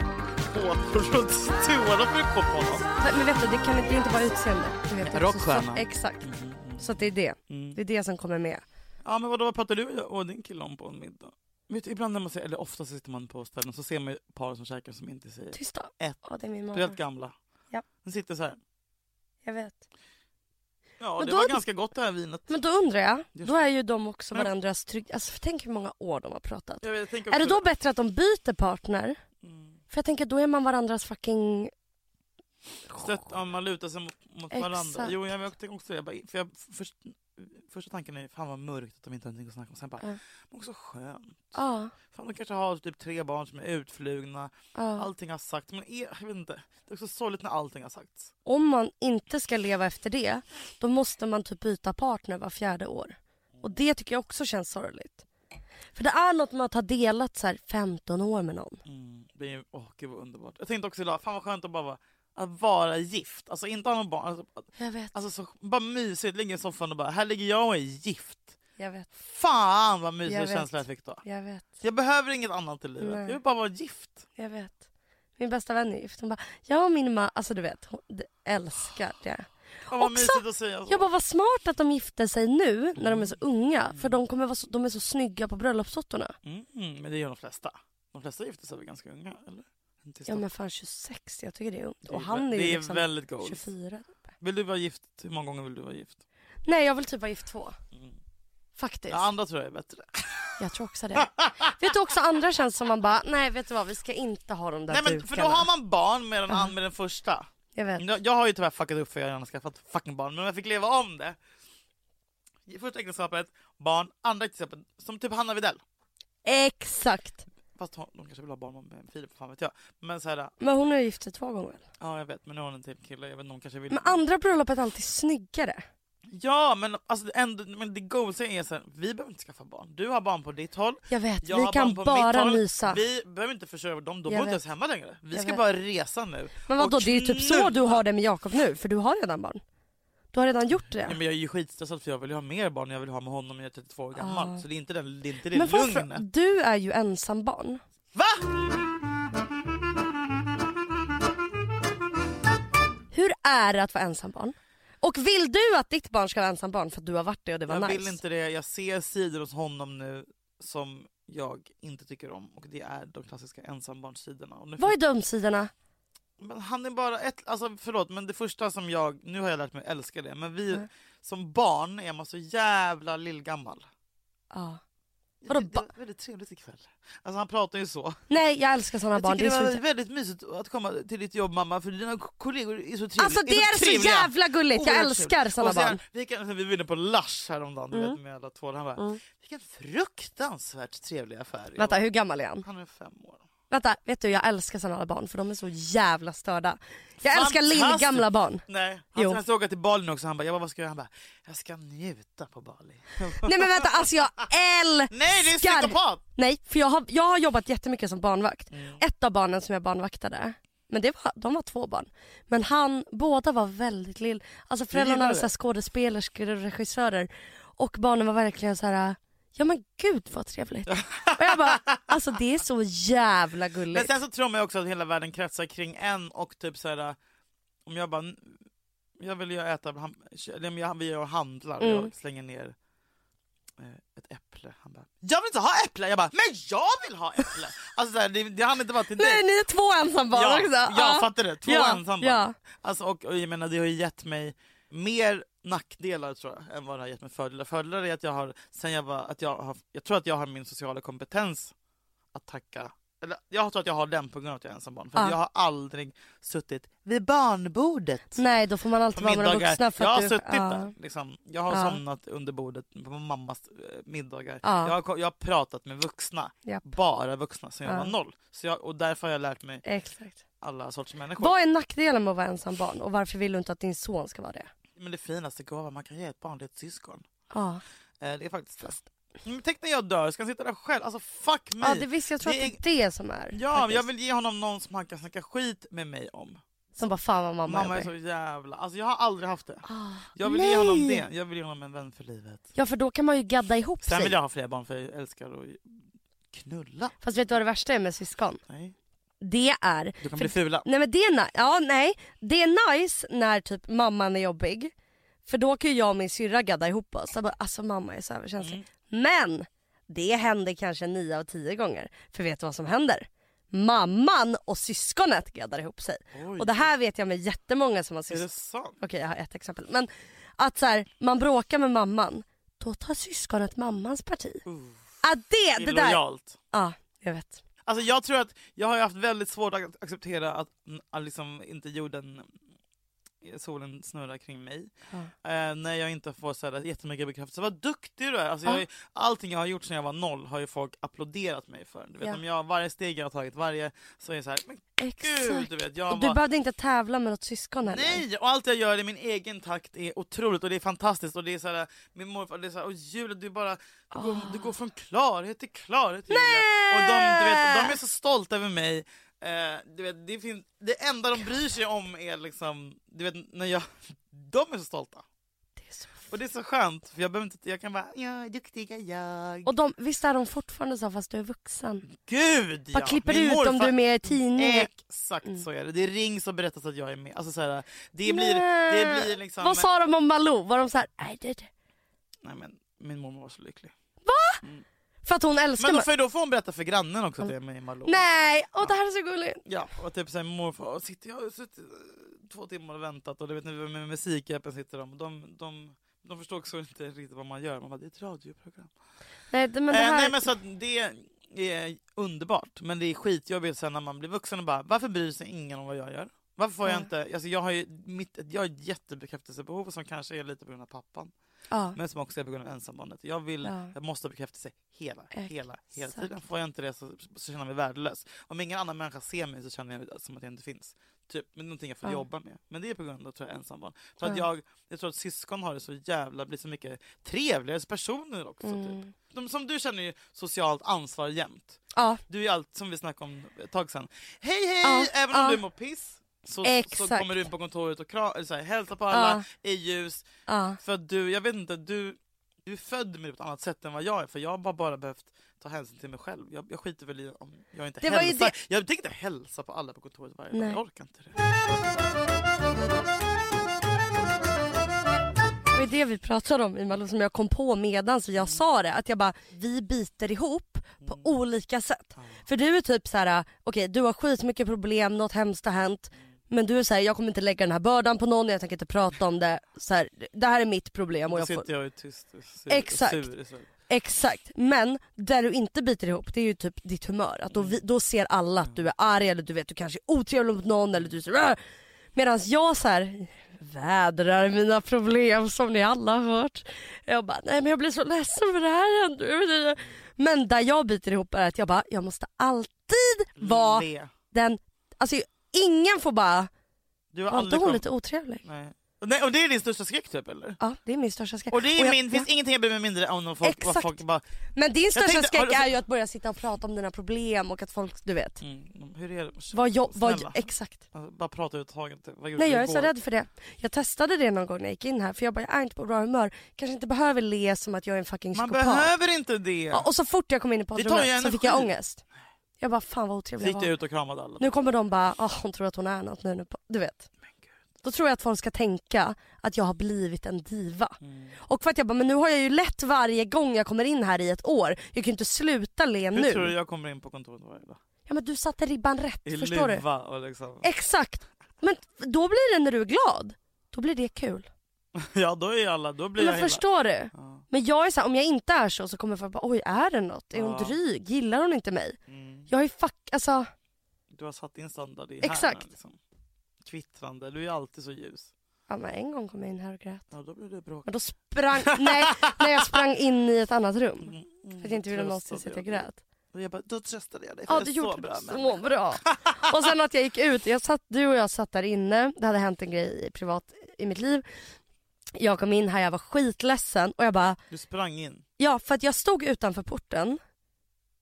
S2: Hårfront Stora fick på honom.
S1: Men vet du, det kan inte, det är inte vara utseende. Du vet, också.
S2: Rockstjärna.
S1: Så- Exakt. Så att det är det. Det är det som kommer med.
S2: Mm. Ja, men vadå, vad pratar du och din kille om på en middag? Vet du, ibland när man ser, eller ofta sitter man på ställen så ser man ju par som käkar som inte säger
S1: Tysta.
S2: ett.
S1: Ja, det är min
S2: Du är helt
S1: mamma.
S2: gamla.
S1: Typ. Ja.
S2: Den sitter så här.
S1: Jag vet.
S2: Ja,
S1: Men
S2: det
S1: då-
S2: var ganska gott det här vinet.
S1: Men då undrar jag,
S2: Just
S1: då är ju de också
S2: Men-
S1: varandras trygg... Alltså tänk hur många år de har pratat.
S2: Jag vet, jag tänker
S1: Är det
S2: också-
S1: då bättre att de byter partner?
S2: Mm.
S1: För jag tänker då är man varandras fucking...
S2: Stött, ja, man lutar sig mot, mot varandra.
S1: Exakt.
S2: Jo, jag jag tänker också det. Jag bara, för jag, först, första tanken är fan vad mörkt att de inte har någonting att snacka om. Sen bara,
S1: Ja.
S2: men också skönt.
S1: Ja,
S2: Fan, de kanske har typ tre barn som är utflugna.
S1: ja.
S2: Allting har sagt men är, jag vet inte. Det är också sorgligt när allting har sagts.
S1: Om man inte ska leva efter det, då måste man typ byta partner var fjärde år. Och det tycker jag också känns sorgligt. För det är något med att ha delat så här 15 år med någon.
S2: Mm. Det är ju, åh gud vad underbart. Jag tänkte också idag, fan vad skönt att bara vara, att vara gift. Alltså inte ha någon barn. Alltså, att-
S1: Jag vet,
S2: alltså så, bara mysigt, ligga i soffan och bara, här ligger jag och är gift.
S1: jag vet,
S2: Fan vad mysig
S1: Jag vet.
S2: känsla jag fick då.
S1: jag vet.
S2: Jag behöver inget annat i livet.
S1: Nej.
S2: Jag vill bara vara gift.
S1: Jag vet. Min bästa vän är gift. Hon bara, jag och min mamma, alltså du vet, hon det- älskar det.
S2: Fan,
S1: Också-
S2: vad mysigt att säga så.
S1: Jag bara, vad smart att de gifte sig nu när de är så unga. För de, kommer vara så, de är så snygga på bröllopsfotona.
S2: Mm, men det gör de flesta. De flesta gifter sig väl ganska unga? Eller? Inte i
S1: Ja
S2: Stockholm.
S1: men fan 26, jag tycker det är ungt.
S2: Det
S1: Och han är
S2: det
S1: ju
S2: är
S1: liksom
S2: väldigt goals.
S1: 24.
S2: Vill du vara gift? Hur många gånger vill du vara gift?
S1: Nej jag vill typ vara gift två.
S2: Mm.
S1: Faktiskt.
S2: Ja, andra tror jag är bättre.
S1: Jag tror också det. vet du också andra känns som man bara, nej vet du vad vi ska inte ha de där
S2: Nej, men,
S1: dukarna.
S2: för då har man barn med den, an- med den första.
S1: Jag vet.
S2: Jag, jag har ju tyvärr fuckat upp för jag har gärna skaffat fucking barn, men jag fick leva om det. I Första äktenskapet, barn, andra äktenskapet, som typ Hanna Widell.
S1: Exakt.
S2: Fast hon, hon kanske vill ha barn med Filip, fan vet jag. Men så här,
S1: Men hon har ju gift sig två gånger.
S2: ja jag vet, men nu har hon en till kille, jag vet inte, hon kanske vill.
S1: Men andra bröllopet är alltid snyggare.
S2: Ja, men, alltså, det ändå, men det goda är så här, vi behöver inte skaffa barn. Du har barn på ditt håll,
S1: Jag vet,
S2: Jag
S1: vi
S2: har
S1: kan
S2: barn på mitt
S1: bara
S2: håll.
S1: mysa.
S2: Vi behöver inte försörja dem, de bor
S1: Jag
S2: inte
S1: vet.
S2: ens hemma längre. Vi
S1: Jag
S2: ska
S1: vet.
S2: bara resa nu.
S1: Men
S2: Och
S1: vadå, det är ju typ så
S2: knulla.
S1: du har det med Jakob nu, för du har redan barn. Du har redan gjort
S2: Ja,
S1: det.
S2: men jag är ju skitstressad för jag vill ju ha mer barn, jag vill ha med honom när jag är 32 år gammal.
S1: Ah.
S2: Så det är inte det, det, är inte det
S1: Men varför,
S2: lugnet.
S1: du är ju ensam barn.
S2: Va?
S1: Hur är det att vara ensam barn? Och vill du att ditt barn ska vara ensam barn för att du har varit det och det var
S2: Jag
S1: nice?
S2: vill inte det, jag ser sidor hos honom nu som jag inte tycker om och det är de klassiska ensambarnssidorna. Och nu
S1: Vad är de sidorna?
S2: Men han är bara ett, alltså förlåt men det första som jag, nu har jag lärt mig att älska det, men vi
S1: Mm.
S2: som barn är man så jävla lillgammal.
S1: Ja.
S2: Det,
S1: Vadå
S2: det
S1: ba-
S2: var väldigt trevligt ikväll. Alltså han pratar ju så.
S1: Nej, jag älskar såna
S2: Jag
S1: barn.
S2: tycker
S1: Det
S2: det
S1: är så...
S2: var väldigt mysigt att komma till ditt jobb mamma för dina k- kollegor är så trevliga.
S1: Alltså det är så
S2: trevliga.
S1: jävla gulligt, jag
S2: Oerhört
S1: älskar såna
S2: Och sen,
S1: barn.
S2: Vi, kan, vi var inne på Lush häromdagen, du
S1: Mm.
S2: vet med alla två. Han bara,
S1: Mm.
S2: vilken fruktansvärt trevlig affär. Jag
S1: Vänta,
S2: bara,
S1: hur gammal är han?
S2: Han är fem år.
S1: Vänta, vet du jag älskar såna barn för de är så jävla störda. Jag älskar
S2: Fantastiskt.
S1: lillgamla barn.
S2: Nej, han,
S1: Jo.
S2: han ska åka till Bali nu också. Han bara, jag bara, vad ska jag göra? Han bara, jag ska njuta på Bali.
S1: Nej men vänta, alltså jag älskar...
S2: Nej det är psykopat!
S1: Nej, för jag har, jag har jobbat jättemycket som barnvakt.
S2: Mm.
S1: Ett av barnen som jag barnvaktade, men det var, de var två barn. Men han, båda var väldigt lill. Alltså föräldrarna
S2: gillar
S1: var
S2: det.
S1: så här skådespelerskor och regissörer. Och barnen var verkligen så här. ja men gud vad trevligt. och jag bara, alltså det är så jävla
S2: Men
S1: gulligt.
S2: sen så tror man ju också att hela världen kretsar kring en och typ så här. om jag bara, jag vill ju äta, han, eller jag, vi är och handlar och
S1: Mm.
S2: jag slänger ner eh, ett äpple. Han bara, jag vill inte ha äpple! Jag bara, men jag vill ha äpple! alltså så här, det, det hann inte vara till
S1: Nej
S2: dig.
S1: ni är två ensambarn
S2: ja,
S1: också.
S2: jag fattar det, två
S1: ja,
S2: ensamma.
S1: Ja.
S2: Alltså, och, och jag menar, det har ju gett mig mer nackdelar tror jag än vad det har gett mig fördelar. Fördelar är att jag har, sen jag var, att jag har, jag tror att jag har min sociala kompetens att tacka. Eller, jag tror att jag har den på grund av att jag är ensam barn. För
S1: Ja.
S2: jag har aldrig suttit vid barnbordet.
S1: Nej då får man alltid
S2: På
S1: vara med de vuxna för
S2: jag har
S1: att du...
S2: suttit
S1: ja.
S2: där. Liksom. Jag har
S1: Ja.
S2: somnat under bordet på mammas eh, middagar.
S1: Ja.
S2: Jag, har, ko- jag har pratat med vuxna.
S1: Japp.
S2: Bara vuxna sen jag
S1: Ja.
S2: var noll. Så jag, och därför har jag lärt mig
S1: Exakt.
S2: alla sorters människor.
S1: Vad är nackdelen med att vara ensam barn och varför vill du inte att din son ska vara det?
S2: Men det finaste gåvan man kan ge ett barn det är ett syskon.
S1: Ja,
S2: Eh, det är faktiskt Men tänk när jag dör, ska han sitta där själv? Alltså fuck mig!
S1: ja det visst jag tror
S2: Det är-
S1: att det är det som är.
S2: Ja, men
S1: faktiskt.
S2: jag vill ge honom någon som han kan snacka skit med mig om.
S1: Som bara fan vad mamma,
S2: Mamma,
S1: mamma
S2: är så jävla... Alltså jag har aldrig haft det.
S1: Ah,
S2: Jag vill
S1: nej.
S2: ge honom det. Jag vill ge honom en vän för livet.
S1: Ja för då kan man ju gadda ihop
S2: Sen
S1: sig.
S2: vill jag ha fler barn för jag älskar att knulla.
S1: Fast vet du vad det värsta är med syskon?
S2: Nej,
S1: Det är,
S2: du kan
S1: För-
S2: bli fula.
S1: nej men det är, ni- ja, nej. Det är nice när typ mamman är jobbig. För då kan ju jag och min syrra gadda ihop oss. Jag bara, alltså mamma är så överkänslig. Men det händer kanske nio av tio gånger. För vet du vad som händer? mamman och syskonet gaddar ihop sig.
S2: Mm. Oj,
S1: Och det här vet jag med jättemånga som har
S2: är det
S1: syskon.
S2: sant?
S1: Okej jag har ett exempel. Men att så här, man bråkar med mamman, då tar syskonet mammans parti.
S2: Uh,
S1: Ah, det, det där. Ja,
S2: illojalt.
S1: jag vet.
S2: Alltså jag tror att jag har ju haft väldigt svårt att acceptera att, mm, att liksom inte jorden, eh, solen snurrar kring mig.
S1: Ja.
S2: Eh, när jag inte får så här, jättemycket bekräftelse. Vad duktig du är! Alltså, jag, har ju- Allting jag har gjort sedan jag var noll har ju folk applåderat mig för. Du vet,
S1: Ja.
S2: om jag, varje steg jag har tagit, varje så är det så här, men gud!
S1: Exakt.
S2: Du vet, jag
S1: Och du
S2: var,
S1: behövde inte tävla med något syskon heller.
S2: Nej! Och allt jag gör i min egen takt är otroligt och det är fantastiskt. Och det är så här, min morfar, det är så här, och Julia du bara,
S1: Ah.
S2: du, går, du går från klarhet till klarhet Julia. Och de, du vet, de är så stolta över mig. Eh, du vet, det, finns, det enda de bryr sig om är liksom, du vet, när jag, de är så stolta.
S1: Det är så f-
S2: Och det är så skönt, för jag, behöver inte, jag kan bara, ja, duktiga jag.
S1: Och de, visst är de fortfarande så fast du är vuxen?
S2: Gud
S1: Bara
S2: ja!
S1: klipper
S2: Min
S1: ut om
S2: morfar-
S1: du är Mm. med i tidningen.
S2: Exakt så är det. Det rings och berättas att jag är med. Alltså så här, det blir,
S1: Nej.
S2: det blir liksom...
S1: Vad sa de om Malou? Var de så här, nej det det."
S2: Nej men, min mormor var så lycklig.
S1: För att hon älskar
S2: Men då
S1: mig?
S2: får, då får hon berätta för grannen också att jag är med i Malou.
S1: Mm. Nej, åh det här är så gulligt.
S2: Ja, och typ såhär morfar, och sitter jag har suttit eh, två timmar och väntat och du vet när vi var med musikhjälpen sitter de och de, de, de förstår också inte riktigt vad man gör. Man bara, det är ett radioprogram.
S1: Nej, det- men det
S2: eh,
S1: här...
S2: Nej men så att det är underbart, men det är skitjobbigt sen när man blir vuxen och bara, varför bryr sig ingen om vad jag gör? Varför får jag
S1: Nej.
S2: inte, alltså jag har ju mitt, jag har ett jättebekräftelsebehov som kanske är lite på grund av pappan,
S1: ja.
S2: men som också är på grund av ensambarnet. Jag vill
S1: Ja.
S2: jag måste ha bekräftelse hela, hela, hela
S1: Exakt.
S2: tiden. Får jag inte det så, så känner jag mig värdelös. Om ingen annan människa ser mig så känner jag som att jag inte finns. Typ, men någonting jag får
S1: Ja.
S2: jobba med. Men det är på grund av tror jag, ensambarn. För att
S1: Ja.
S2: jag, jag tror att syskon har det så jävla, blir så mycket trevligare personer också. Typ.
S1: Mm.
S2: De, som du känner ju socialt ansvar jämt.
S1: Ja,
S2: Du är allt som vi snackade om ett tag sedan. Hej hej!
S1: Ja,
S2: Även om
S1: ja.
S2: du mår piss så, så
S1: Exakt.
S2: kommer du in på kontoret och kram, eller så här, hälsar på alla, är ljus,
S1: ja.
S2: för att du, jag vet inte, du, du är född med ett annat sätt än vad jag är för jag har bara, bara behövt ta hänsyn till mig själv. Jag, jag skiter väl i om jag inte
S1: Det var ju
S2: hälsar. Jag tänker inte hälsa på alla på kontoret varje dag,
S1: Nej.
S2: jag orkar inte det.
S1: Det är det vi pratade om i Malou som jag kom på medan jag sa det. Att jag bara, vi biter ihop på
S2: Mm.
S1: olika sätt. För du är typ så här, okej du har skitmycket problem, något hemskt har hänt. Men du är såhär, jag kommer inte lägga den här bördan på någon, jag tänker inte prata om det. Så här, det här är mitt problem och
S2: Då
S1: jag får...
S2: sitter jag ju tyst och sur,
S1: Exakt.
S2: och sur istället.
S1: Exakt, men där du inte biter ihop det är ju typ ditt humör. Att då, vi, då ser alla att du är arg eller du vet du kanske är otrevlig mot någon eller du är Medan jag så här vädrar mina problem som ni alla har hört. Jag bara, nej men jag blir så ledsen för det här händer. Jag vet inte. Men där jag biter ihop är att jag bara, jag måste alltid vara
S2: Le.
S1: den, alltså ingen får bara,
S2: Du har
S1: var inte
S2: aldrig
S1: hon
S2: kommit...
S1: lite otrevlig?
S2: Nej. Och Nej, och det är din största skräck typ eller?
S1: Ja det är min största skräck.
S2: Och det är
S1: jag-
S2: min, finns ingenting jag bryr mig mindre om när folk, vad
S1: Exakt.
S2: folk bara,
S1: Men din största
S2: tänkte- har
S1: skräck
S2: du-
S1: är ju att börja sitta och prata om dina problem och att folk, du vet.
S2: mm, hur är det?
S1: Vad jag, vad
S2: Snälla.
S1: jag, exakt.
S2: Alltså, bara prata uttaget. Vad gjorde
S1: Nej
S2: du
S1: jag är så
S2: igår?
S1: rädd för det. Jag testade det någon gång när jag gick in här för jag bara jag är inte på bra humör. Kanske inte behöver le som att jag är en fucking
S2: Man
S1: psykopat.
S2: behöver inte det!
S1: Ja, och så fort jag kom in i
S2: tar ju
S1: poddrummet så fick jag
S2: energi.
S1: ångest. Jag bara fan vad
S2: Så
S1: otrevlig
S2: gick
S1: jag
S2: jag
S1: var.
S2: ut och kramade alla.
S1: Nu kommer de bara, ah hon tror att hon är något nu. nu på-" Du vet. Då tror jag att folk ska tänka att jag har blivit en diva.
S2: Mm.
S1: Och för att jag bara, men nu har jag ju lätt varje gång jag kommer in här i ett år. Jag kan ju inte sluta le
S2: Hur
S1: nu.
S2: tror du jag kommer in på kontoret varje dag?
S1: Ja men du satte ribban rätt,
S2: I
S1: förstår du?
S2: luva och liksom...
S1: Exakt. Men då blir det när du är glad. Då blir det kul.
S2: Ja då är alla, då blir
S1: Men
S2: jag hela...
S1: förstår du?
S2: Ja.
S1: Men jag är så här, om jag inte är så så kommer folk bara oj är det något? Är hon
S2: Ja.
S1: dryg? Gillar hon inte mig?
S2: Mm.
S1: Jag är fuck, alltså
S2: Du har satt din standard i
S1: Exakt.
S2: här, liksom. Kvittrande, du är alltid så ljus.
S1: ja, men en gång kom jag in här och grät.
S2: Ja då blir det bråk.
S1: Men då sprang, nej, nej jag sprang in i ett annat rum.
S2: Mm, mm,
S1: För att jag inte ville
S2: tröstade
S1: någonstans att jag
S2: dig.
S1: grät.
S2: Och jag bara, då tröstade jag dig för
S1: Ja
S2: jag
S1: du
S2: är
S1: gjorde
S2: så
S1: bra,
S2: bra
S1: så bra. Och sen att jag gick ut, jag satt, du och jag satt där inne, det hade hänt en grej i privat i mitt liv. Jag kom in här, jag var skitledsen och jag bara,
S2: Du sprang in.
S1: ja för att jag stod utanför porten,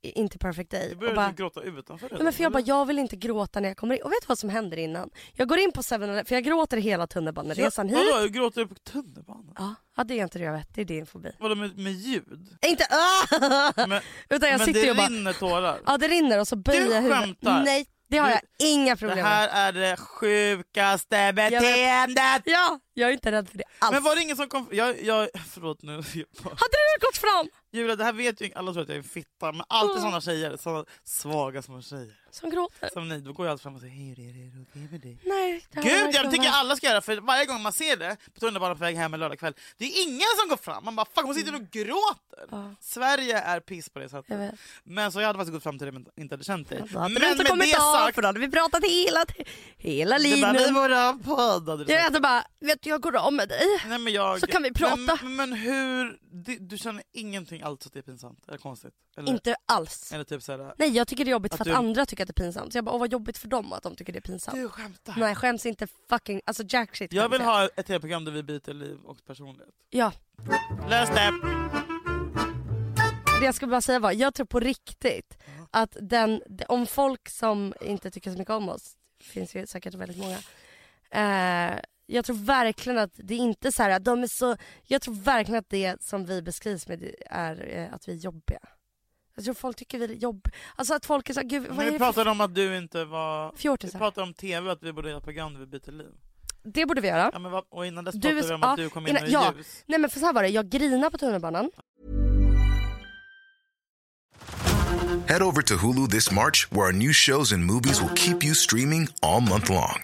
S1: i- in till Perfect Day.
S2: Du
S1: och
S2: började
S1: bara,
S2: gråta utanför
S1: Nej, men för jag bara, jag vill inte gråta när jag kommer in. Och vet du vad som händer innan? Jag går in på 7-Eleven, för jag gråter hela tunnelbaneresan hit.
S2: Vadå, gråter du på tunnelbanan?
S1: Ja, ja, det är inte det jag vet. Det är din fobi.
S2: Vadå med, med ljud?
S1: Inte ah!
S2: Men,
S1: Utan jag
S2: men
S1: sitter ju
S2: det
S1: och bara,
S2: rinner tårar.
S1: ja det rinner och så böjer jag huvudet.
S2: skämtar.
S1: Nej, det har
S2: Du-
S1: jag inga problem
S2: Det
S1: med.
S2: här är det sjukaste beteendet!
S1: Ja, Jag är inte rädd för det alls.
S2: Men var det ingen som kom... Jag, jag, förlåt nu.
S1: Hade du gått fram
S2: Julia, det här vet ju alla tror att jag är en fitta, men alltid såna tjejer, såna svaga små tjejer
S1: som gråter?
S2: som ni, då går jag alltid fram och säger hej hur är det, är det okej med dig?
S1: Nej. det har
S2: Gud,
S1: verkligen
S2: jag tycker
S1: varit-
S2: alla ska göra för varje gång man ser det på tunnelbanan på väg hem en lördagkväll, det är ingen som går fram. Man bara fuck, hon sitter och gråter.
S1: Ja.
S2: Sverige är piss på det
S1: Mm. Jag
S2: sättet.
S1: vet.
S2: Men så jag hade faktiskt gått fram till dig men inte hade känt dig.
S1: Då hade du inte kommit av för då hade vi pratat hela, hela
S2: det bara, vi
S1: linjen.
S2: våra podd hade du
S1: Jag
S2: sagt.
S1: hade bara, vet du jag går av med dig.
S2: Nej, men jag,
S1: Så kan vi prata.
S2: Men, men hur, du, du känner ingenting alls att det är pinsamt eller konstigt? Eller,
S1: Inte alls.
S2: eller typ såhär,
S1: Nej jag tycker det är jobbigt för att
S2: Att du-
S1: andra tycker att det är pinsamt. Så jag bara, åh vad jobbigt för dem att de tycker det är pinsamt.
S2: du skämtar.
S1: Nej skäms inte fucking, alltså jack shit
S2: Jag
S1: skäms
S2: vill ha ett tv-program där vi byter liv och personlighet.
S1: Ja,
S2: Lös det!
S1: det jag skulle bara säga var, jag tror på riktigt att den, om folk som inte tycker så mycket om oss, finns ju säkert väldigt många. Eh, jag tror verkligen att det är inte så här att de är så, jag tror verkligen att det som vi beskrivs med är eh, att vi är jobbiga. Jag tror folk tycker vi är jobbiga, alltså att folk är så här, gud vad
S2: Men
S1: är det
S2: vi
S1: för
S2: pratade om att du inte var... Vi
S1: fjortisar?
S2: pratade om tv, att vi borde göra ett program där vi byter liv.
S1: Det borde vi göra.
S2: Ja, men vad, och innan dess
S1: Du
S2: pratade
S1: är så-
S2: vi om att
S1: ja,
S2: du kom in
S1: innan-
S2: i
S1: ja.
S2: ljus.
S1: Nej men för så här var det, jag grinade på tunnelbanan.
S4: Head over to Hulu this March, where our new shows and movies will keep you streaming all month long.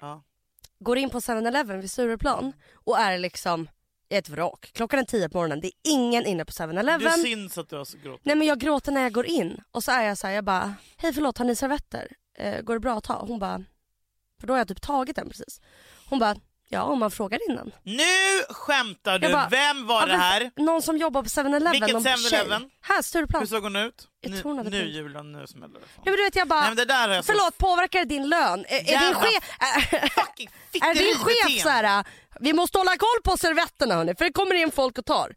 S2: Ja.
S1: går in på 7-Eleven vid Stureplan och är liksom i ett vrak. Klockan är 10 på morgonen, det är ingen inne på
S2: Du
S1: 7-Eleven.
S2: syns att du har så grått.
S1: Nej men jag gråter när jag går in och så är jag så här, jag bara, hej förlåt har ni servetter? Eh, går det bra att ta? Hon bara, för då har jag typ tagit den precis. Hon bara, ja om man frågar innan.
S2: Nu skämtar du!
S1: Jag bara,
S2: Vem var
S1: Ja,
S2: det
S1: men
S2: här?
S1: Någon som jobbar på 7-Eleven,
S2: Vilket
S1: någon
S2: 7-Eleven?
S1: tjej. Här, Stureplan.
S2: Hur såg hon ut?
S1: Jag
S2: Nu,
S1: tror hon hade
S2: nu
S1: fint.
S2: Julia, nu smäller det. fan.
S1: Nej men du vet jag bara,
S2: Nej, men det där har jag så-
S1: förlåt påverkar det din lön? Är, är din
S2: Jävla
S1: chef,
S2: Fucking
S1: är din
S2: fitteri-beteende.
S1: chef så här, äh, vi måste hålla koll på servetterna hörni, för det kommer in folk och tar.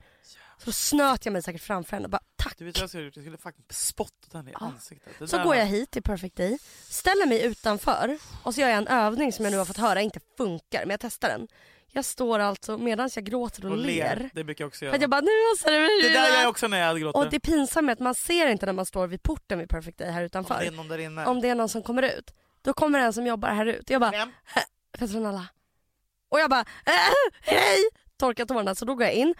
S1: Så då snöt jag mig säkert framför henne och bara tack.
S2: Du vet vad jag skulle gjort? Jag skulle fucking spottat henne i ansiktet. Det
S1: Så
S2: där
S1: går
S2: var-
S1: jag hit till Perfect Day, ställer mig utanför och så gör jag en övning som jag nu har fått höra inte funkar, men jag testar den. Jag står alltså medan jag gråter och,
S2: och ler.
S1: ler.
S2: Det brukar jag också
S1: För
S2: göra.
S1: att jag bara, nu måste det
S2: Det där gör jag
S1: bli
S2: också när jag gråter.
S1: Och det pinsamma är att man ser inte när man står vid porten vid Perfect Day här
S2: Om det är
S1: utanför.
S2: någon där inne.
S1: Om det är någon som kommer ut, då kommer en som jobbar här ut. Jag bara,
S2: Vem?
S1: Petronella. Och jag bara, äh, hej! Torkar tårna. Så då går jag in,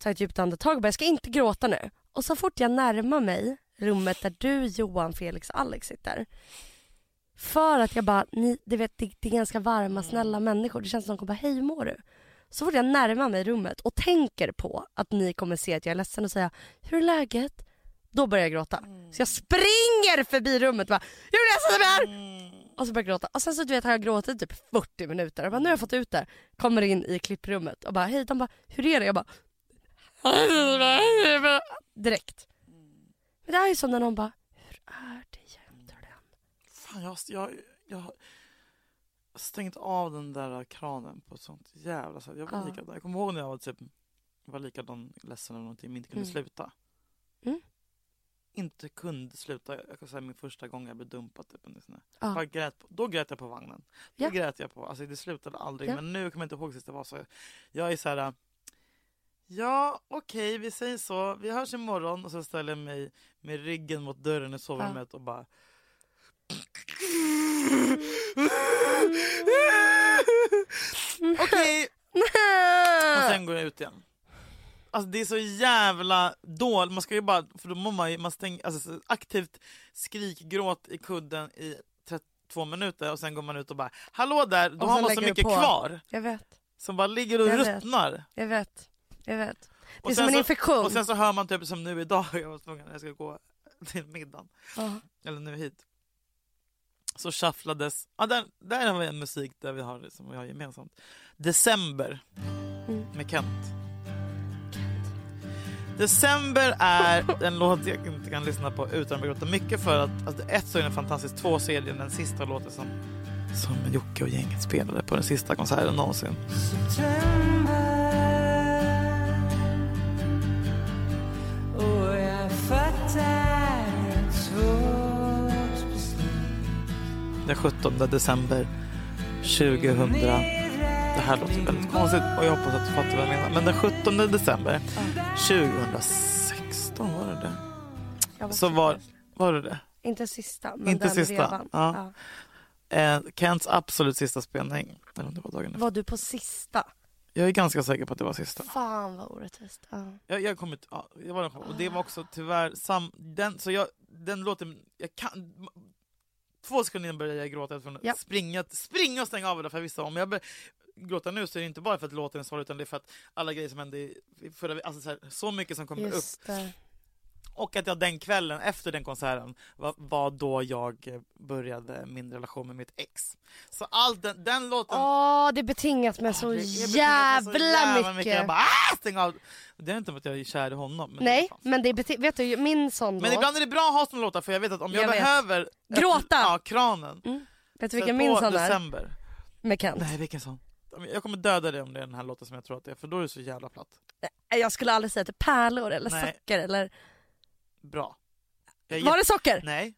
S1: tar ett djupt andetag och bara, jag ska inte gråta nu. Och så fort jag närmar mig rummet där du, Johan, Felix och Alex sitter. För att jag bara, ni, du vet, det, det är ganska varma, snälla människor. Det känns som att de kommer bara, hej hur mår du? Så fort jag närmar mig rummet och tänker på att ni kommer se att jag är ledsen och säga, hur är läget? Då börjar jag gråta. Så jag springer förbi rummet och bara, hur ledsen jag är!
S2: Mm.
S1: Och så börjar jag gråta. Och sen så du vet, har jag gråtit typ 40 minuter. Jag bara, nu har jag fått ut det. här. Kommer in i klipprummet och bara, hej. De bara, hur är det? Jag bara, direkt. Men det här är ju som när någon bara, hur är det egentligen?
S2: Fan, jag, jag, jag har stängt av den där kranen på ett sånt jävla sätt. Jag, var
S1: Ja.
S2: likadan. jag kommer ihåg när jag var, typ, var likadan ledsen över någonting men inte kunde
S1: Mm.
S2: sluta.
S1: Mm.
S2: Inte kunde sluta. Jag kan säga min första gång jag blev dumpad. Typ, en sån här.
S1: Ja.
S2: Bara grät på, då grät jag på vagnen. Då
S1: Ja.
S2: grät jag på, alltså det slutade aldrig.
S1: Ja.
S2: Men nu kommer jag inte ihåg sist det var så. Jag är så här. äh, Ja, okej, vi säger så. Vi hörs imorgon. Och så ställer jag mig med ryggen mot dörren i sovrummet och bara... Okej!
S1: eh.
S2: Och sen går jag ut igen. Alltså det är så jävla dåligt. Man ska ju bara... För då mår man, ju- man stäng, alltså, så aktivt skrikgråt i kudden i 32 minuter och sen går man ut och bara Hallå där! Då
S1: Och
S2: har
S1: sen
S2: man så
S1: lägger du
S2: mycket
S1: på.
S2: kvar
S1: Jag vet,
S2: som bara ligger och
S1: Jag vet.
S2: ruttnar.
S1: jag vet, jag vet. Det
S2: Och
S1: är
S2: sen
S1: som en
S2: så-
S1: infektion.
S2: Och sen så hör man typ som nu idag, jag var tvungen när jag ska gå till middagen,
S1: Ja.
S2: eller nu hit. Så shufflades, ja där, där har vi en musik där vi har, som vi har gemensamt. December med Kent. December är en låt jag inte kan lyssna på utan att gråta mycket för att alltså, ett så är den fantastisk, två så är det den sista låten som, som Jocke och gänget spelade på den sista konserten någonsin.
S5: September
S2: den 17 december 2000. Det här låter väldigt konstigt och jag hoppas att du fattar vad jag menar. Men den 17 december 2016 var det det.
S1: Jag
S2: Så var, var det det?
S1: Inte sista, men
S2: Inte
S1: den
S2: sista,
S1: vevan.
S2: ja. Eh, Kents absolut sista spelning. Eller om det var dagen efter.
S1: Var du på sista?
S2: Jag är ganska säker på att det var sista.
S1: Fan vad orättvist. Ja.
S2: Jag, jag kom ut, ja, det var den Och det var också tyvärr sam... Den, så jag, den låten, jag kan... Två sekunder innan började jag gråta från
S1: Ja.
S2: att springa, springa och stänga av det för jag visste om jag bör, gråta nu så är det inte bara för att låten är sorglig utan det är för att alla grejer som hände i i förra alltså så, här, så mycket som kommer upp.
S1: Just det.
S2: Och att jag den kvällen efter den konserten var, var då jag eh, började min relation med mitt ex. Så all den, den låten
S1: Åh, det är betingat med så
S2: det är betingat med
S1: jävla,
S2: så jävla
S1: mycket.
S2: Jag bara, ah, stäng av. Det är inte om att jag är kär i honom. Men
S1: Nej,
S2: fan.
S1: men det är beti- vet du, min sån
S2: Men
S1: låt,
S2: ibland är det bra att ha såna låtar för jag vet att om jag,
S1: Jag vet.
S2: behöver... ett-
S1: Gråta.
S2: Ja, kranen.
S1: vet du
S2: Sätt
S1: vilken
S2: på
S1: min sån är?
S2: december.
S1: Med Kent.
S2: Nej, vilken sån? Jag kommer döda dig om det är den här låten som jag tror att det är för då är det så jävla platt.
S1: Nej, Jag skulle aldrig säga att det är pärlor eller
S2: Nej.
S1: socker eller...
S2: Bra. Jag är
S1: Var
S2: jätte-
S1: det socker? Nej,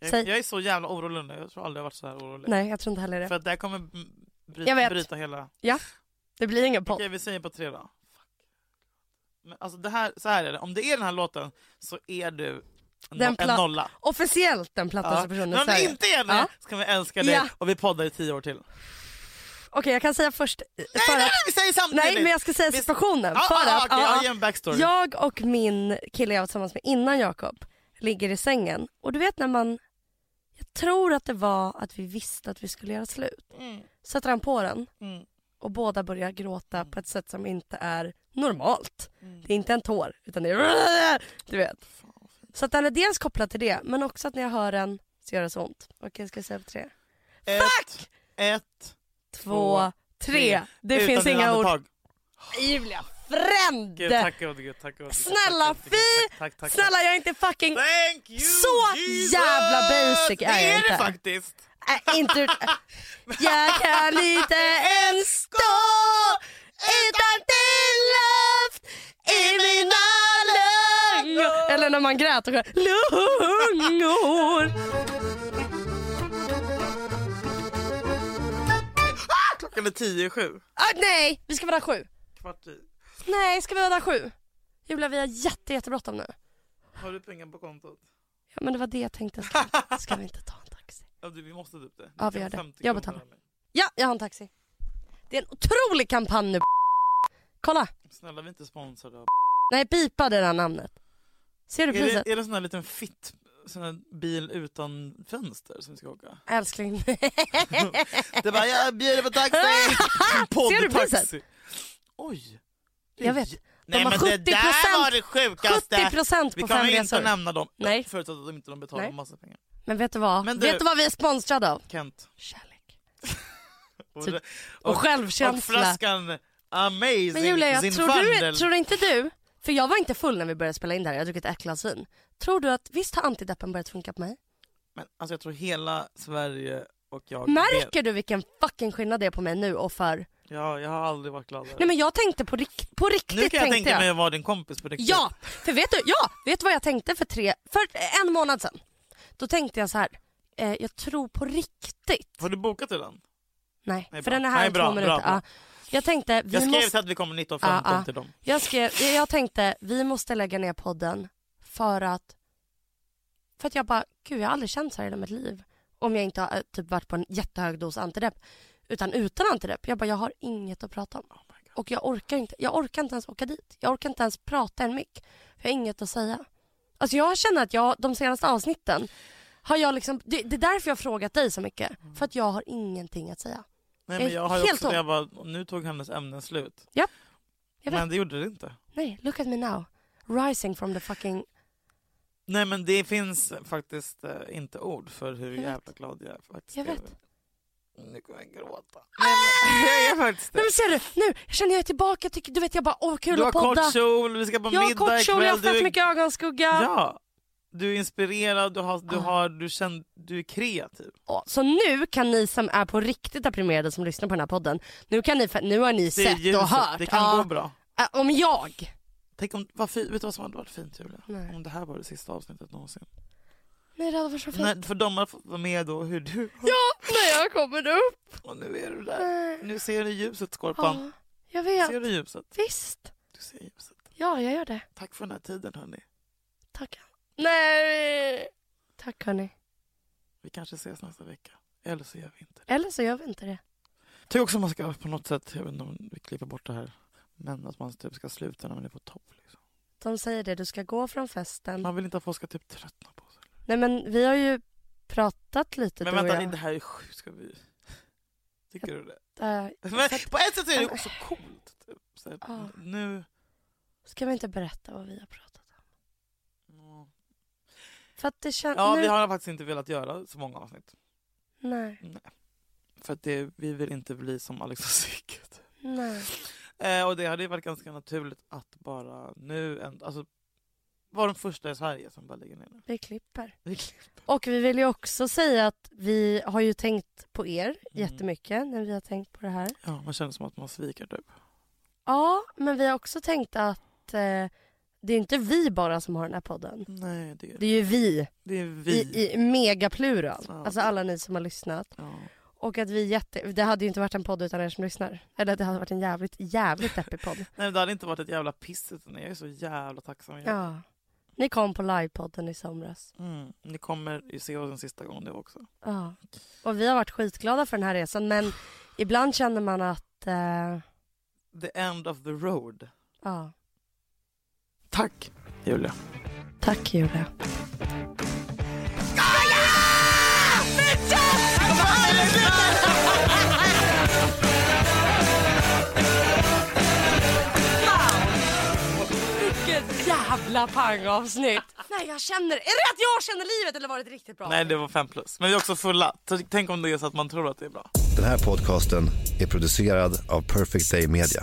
S2: Nej.
S1: Säg.
S2: Jag, jag är så jävla orolig nu. Jag tror aldrig jag varit så här orolig.
S1: jag tror inte heller
S2: För
S1: det.
S2: att det här kommer mm, bry-
S1: Jag vet.
S2: bryta hela...
S1: Det blir ingen podd.
S2: Okej, vi säger på tre då. Fuck. Men alltså det här, så här är det. Om det är den här låten så är du
S1: Den
S2: en, no- en
S1: pla-
S2: nolla.
S1: Officiellt den plattaste
S2: Ja. Men
S1: personen
S2: om
S1: i
S2: det
S1: Sverige.
S2: inte är det
S1: Ja.
S2: så kan vi älska dig
S1: Ja.
S2: och vi poddar i tio år till.
S1: Okej, jag kan säga först... Nej,
S2: Nej, nej, nej, vi säger samtidigt!
S1: nej, men jag ska säga
S2: Vi-
S1: situationen.
S2: Ja,
S1: för
S2: ja,
S1: att,
S2: Ah,
S1: ja,
S2: okej, ja,
S1: ah, ja.
S2: ge en backstory.
S1: Jag och min kille jag var tillsammans med innan Jakob ligger i sängen och du vet när man, jag tror att det var att vi visste att vi skulle göra slut.
S2: Mm,
S1: Sätter han på den
S2: mm,
S1: och båda börjar gråta på ett sätt som inte är normalt.
S2: mm.
S1: Det är inte en tår utan det är du vet.
S2: Fan, vad fint.
S1: Så att den är dels kopplad till det men också att när jag hör den så gör det så ont. Okej ska jag säga på tre?
S2: Ett, ett,
S1: Två, tre. Det
S2: utan
S1: finns
S2: dina
S1: inga ord.
S2: andetag.
S1: Julia
S2: Gud,
S1: Fränd!
S2: tack gud, gud, tack gud.
S1: Snälla,
S2: tack, gud, tack, tack, tack, tack.
S1: Snälla jag är inte fucking
S2: Thank you,
S1: Så
S2: Jesus!
S1: jävla basic är
S2: det
S1: jag
S2: är
S1: inte.
S2: det faktiskt.
S1: Äh, inte... Jag kan inte ens stå utan din luft i mina lungor. Eller när man grät och sjöng lungor.
S2: Klockan är tio i sju.
S1: Ah, nej, vi ska vara där sju.
S2: Kvart i.
S1: Nej, ska vi vara där sju? Julia, vi har jätte, jättebråttom nu.
S2: Har du pengar på kontot?
S1: Ja, men det var det jag tänkte. Ska, ska vi inte ta en taxi?
S2: Ja, du, vi måste upp det.
S1: Ja, vi gör det. Jag betalar. Ja, jag har en taxi. Det är en otrolig kampanj nu. Kolla.
S2: Snälla, vi är inte sponsrade av
S1: Nej, pipa det där namnet. Ser du
S2: Är
S1: priset?
S2: det, är det en sån här liten fitt sån här bil utan fönster som vi ska åka?
S1: Älskling.
S2: Det bara, jag bjuder på taxi!
S1: Ah, Ser du priset?
S2: Poddtaxi! Oj! Det är
S1: Jag vet.
S2: j-
S1: De
S2: Nej
S1: har
S2: men det
S1: 70%
S2: där var det sjukaste!
S1: 70 procent
S2: vi
S1: på
S2: kommer
S1: fem
S2: inte
S1: resor.
S2: nämna dem,
S1: Nej.
S2: förutsatt att de inte de betalar
S1: Nej.
S2: massa pengar.
S1: Men vet du vad?
S2: Men du-
S1: Vet du vad vi är sponsrade av?
S2: Kent.
S1: Kärlek.
S2: Och,
S1: Typ
S2: och,
S1: Och,
S2: och
S1: självkänsla.
S2: flaskan Amazing
S1: Men Julia, jag
S2: sin
S1: tror, du,
S2: fandel.
S1: tror inte du, för jag var inte full när vi började spela in det här, jag har druckit ett glas vin. Tror du att, visst har antideppen börjat funka på mig?
S2: Men alltså jag tror hela Sverige och jag vet-
S1: Märker du vilken fucking skillnad det är på mig nu och för?
S2: Ja, jag har aldrig varit gladare.
S1: Nej men jag tänkte på, rik- på riktigt.
S2: nu kan jag
S1: tänkte
S2: tänka mig att vara din kompis på riktigt.
S1: Ja, för vet du, ja, vet du vad jag tänkte för, tre, för en månad sedan? Då tänkte jag så här, eh, jag tror på riktigt.
S2: Har du bokat redan?
S1: Nej,
S2: Nej,
S1: för
S2: bra.
S1: den är här
S2: Nej,
S1: om
S2: bra,
S1: två
S2: bra,
S1: minuter.
S2: bra.
S1: Ja. Jag tänkte, vi
S2: Jag skrev
S1: måste... Ah,
S2: så att vi kommer 19.15
S1: Ja, ja.
S2: till dem.
S1: Jag, skrev, jag- jag tänkte, vi måste lägga ner podden för att för att jag bara, gud jag har aldrig känt så här i hela mitt liv. Om jag inte har eh, typ varit på en jättehög dos antidepp. Utan utan antidepp. Jag bara, jag har inget att prata om.
S2: Oh
S1: och jag orkar inte, jag orkar inte ens åka dit. Jag orkar inte ens prata i en mick. Jag har inget att säga. Alltså jag känner att jag, de senaste avsnitten har jag liksom, det, det är därför jag har frågat dig så mycket.
S2: Mm.
S1: För att jag har ingenting att säga.
S2: Nej,
S1: Jag
S2: men
S1: är
S2: jag har ju
S1: Eh, helt
S2: också
S1: tom.
S2: det, jag bara, nu tog hennes ämnen slut.
S1: Ja, jag vet.
S2: Men det gjorde det inte.
S1: Nej, look at me now. Rising from the fucking...
S2: Nej men det finns faktiskt eh, inte ord för hur
S1: vet.
S2: jävla glad jag faktiskt
S1: Jag
S2: är.
S1: vet.
S2: Nu kommer jag gråta. Nej, men, jag är faktiskt
S1: Nej
S2: det.
S1: men ser du, nu jag känner jag är tillbaka. Jag tycker, du vet jag bara, åh kul
S2: Du har
S1: att podda.
S2: kort kjol, vi ska på
S1: jag har
S2: middag
S1: kort kjol, jag har
S2: ikväll, du
S1: fett
S2: är-
S1: mycket ögonskugga.
S2: Ja. Du är inspirerad, du, har, du,
S1: Ja.
S2: har, du, känner, du är kreativ.
S1: Åh, Så nu kan ni som är på riktigt deprimerade som lyssnar på den här podden, nu, kan ni, fa- nu har ni
S2: Det är
S1: sett och
S2: ljuset,
S1: hört.
S2: det kan
S1: Ja.
S2: gå bra.
S1: Äh, Om jag.
S2: Tänk om, vad fi, vet du vad som hade varit fint Julia?
S1: Nej.
S2: Om det här var det sista avsnittet någonsin.
S1: Nej, det hade varit så fint.
S2: Nej, för de har fått vara med då hur du...
S1: Ja, när jag kommer upp.
S2: Och nu är du där. Nu ser du ljuset, Skorpan.
S1: Ja, jag vet.
S2: Ser du ljuset?
S1: Visst.
S2: Du ser ljuset.
S1: Ja, jag gör det.
S2: Tack för den här tiden, hörni.
S1: Tack. Nej. Tack hörni.
S2: Vi kanske ses nästa vecka. Eller så gör vi inte det.
S1: Eller så gör vi inte det.
S2: Jag tycker också man ska på något sätt, jag vet inte om vi klipper bort det här, men att man typ ska sluta när man är på topp. Liksom.
S1: De säger det, du ska gå från festen.
S2: Man vill inte att folk ska typ tröttna på sig.
S1: Nej men vi har ju pratat lite
S2: Men
S1: du
S2: vänta,
S1: och jag.
S2: det här är sjukt. Ska vi... Tycker du det?
S1: Äh,
S2: Men på ett sätt är det
S1: Men-
S2: också coolt. Typ. Så här,
S1: Ja.
S2: Nu...
S1: ska vi inte berätta vad vi har pratat om? För att det känns...
S2: Ja,
S1: nu...
S2: vi har faktiskt inte velat göra så många avsnitt.
S1: Nej,
S2: För att det, vi vill inte bli som Alex och Sigge. typ.
S1: nej.
S2: Eh, och det hade ju varit ganska naturligt att bara nu... En, alltså, var de första i Sverige som bara lägger ner nu.
S1: Vi klipper.
S2: Vi klipper.
S1: Och vi vill ju också säga att vi har ju tänkt på
S2: Mm.
S1: er jättemycket när vi har tänkt på det här.
S2: Ja, man känner som att man sviker typ.
S1: Ja, men vi har också tänkt att eh, det är inte vi bara som har den här podden.
S2: Nej, det,
S1: Det är ju vi,
S2: det är
S1: i,
S2: vi.
S1: i megaplural.
S2: Ja.
S1: Alltså alla ni som har lyssnat.
S2: Ja.
S1: Och att vi jätte... Det hade ju inte varit en podd utan er som lyssnar. Eller det hade varit en jävligt, jävligt deppig podd.
S2: Nej, men det hade inte varit ett jävla piss utan jag är så jävla tacksam.
S1: Ja. Ni kom på livepodden i somras.
S2: Mm. Ni kommer ju se oss den sista gången nu också.
S1: Ja. Och vi har varit skitglada för den här resan men ibland känner man att... Eh,
S2: The end of the road.
S1: ja.
S2: Tack Julia.
S1: Tack Julia. Vilket jävla pangavsnitt! Nej jag känner, är det att jag känner livet eller var det ett riktigt bra?
S2: Nej det var fem plus. Men vi är också fulla. Så tänk om det är så att man tror att det är bra.
S5: Den här podcasten är producerad av Perfect Day Media.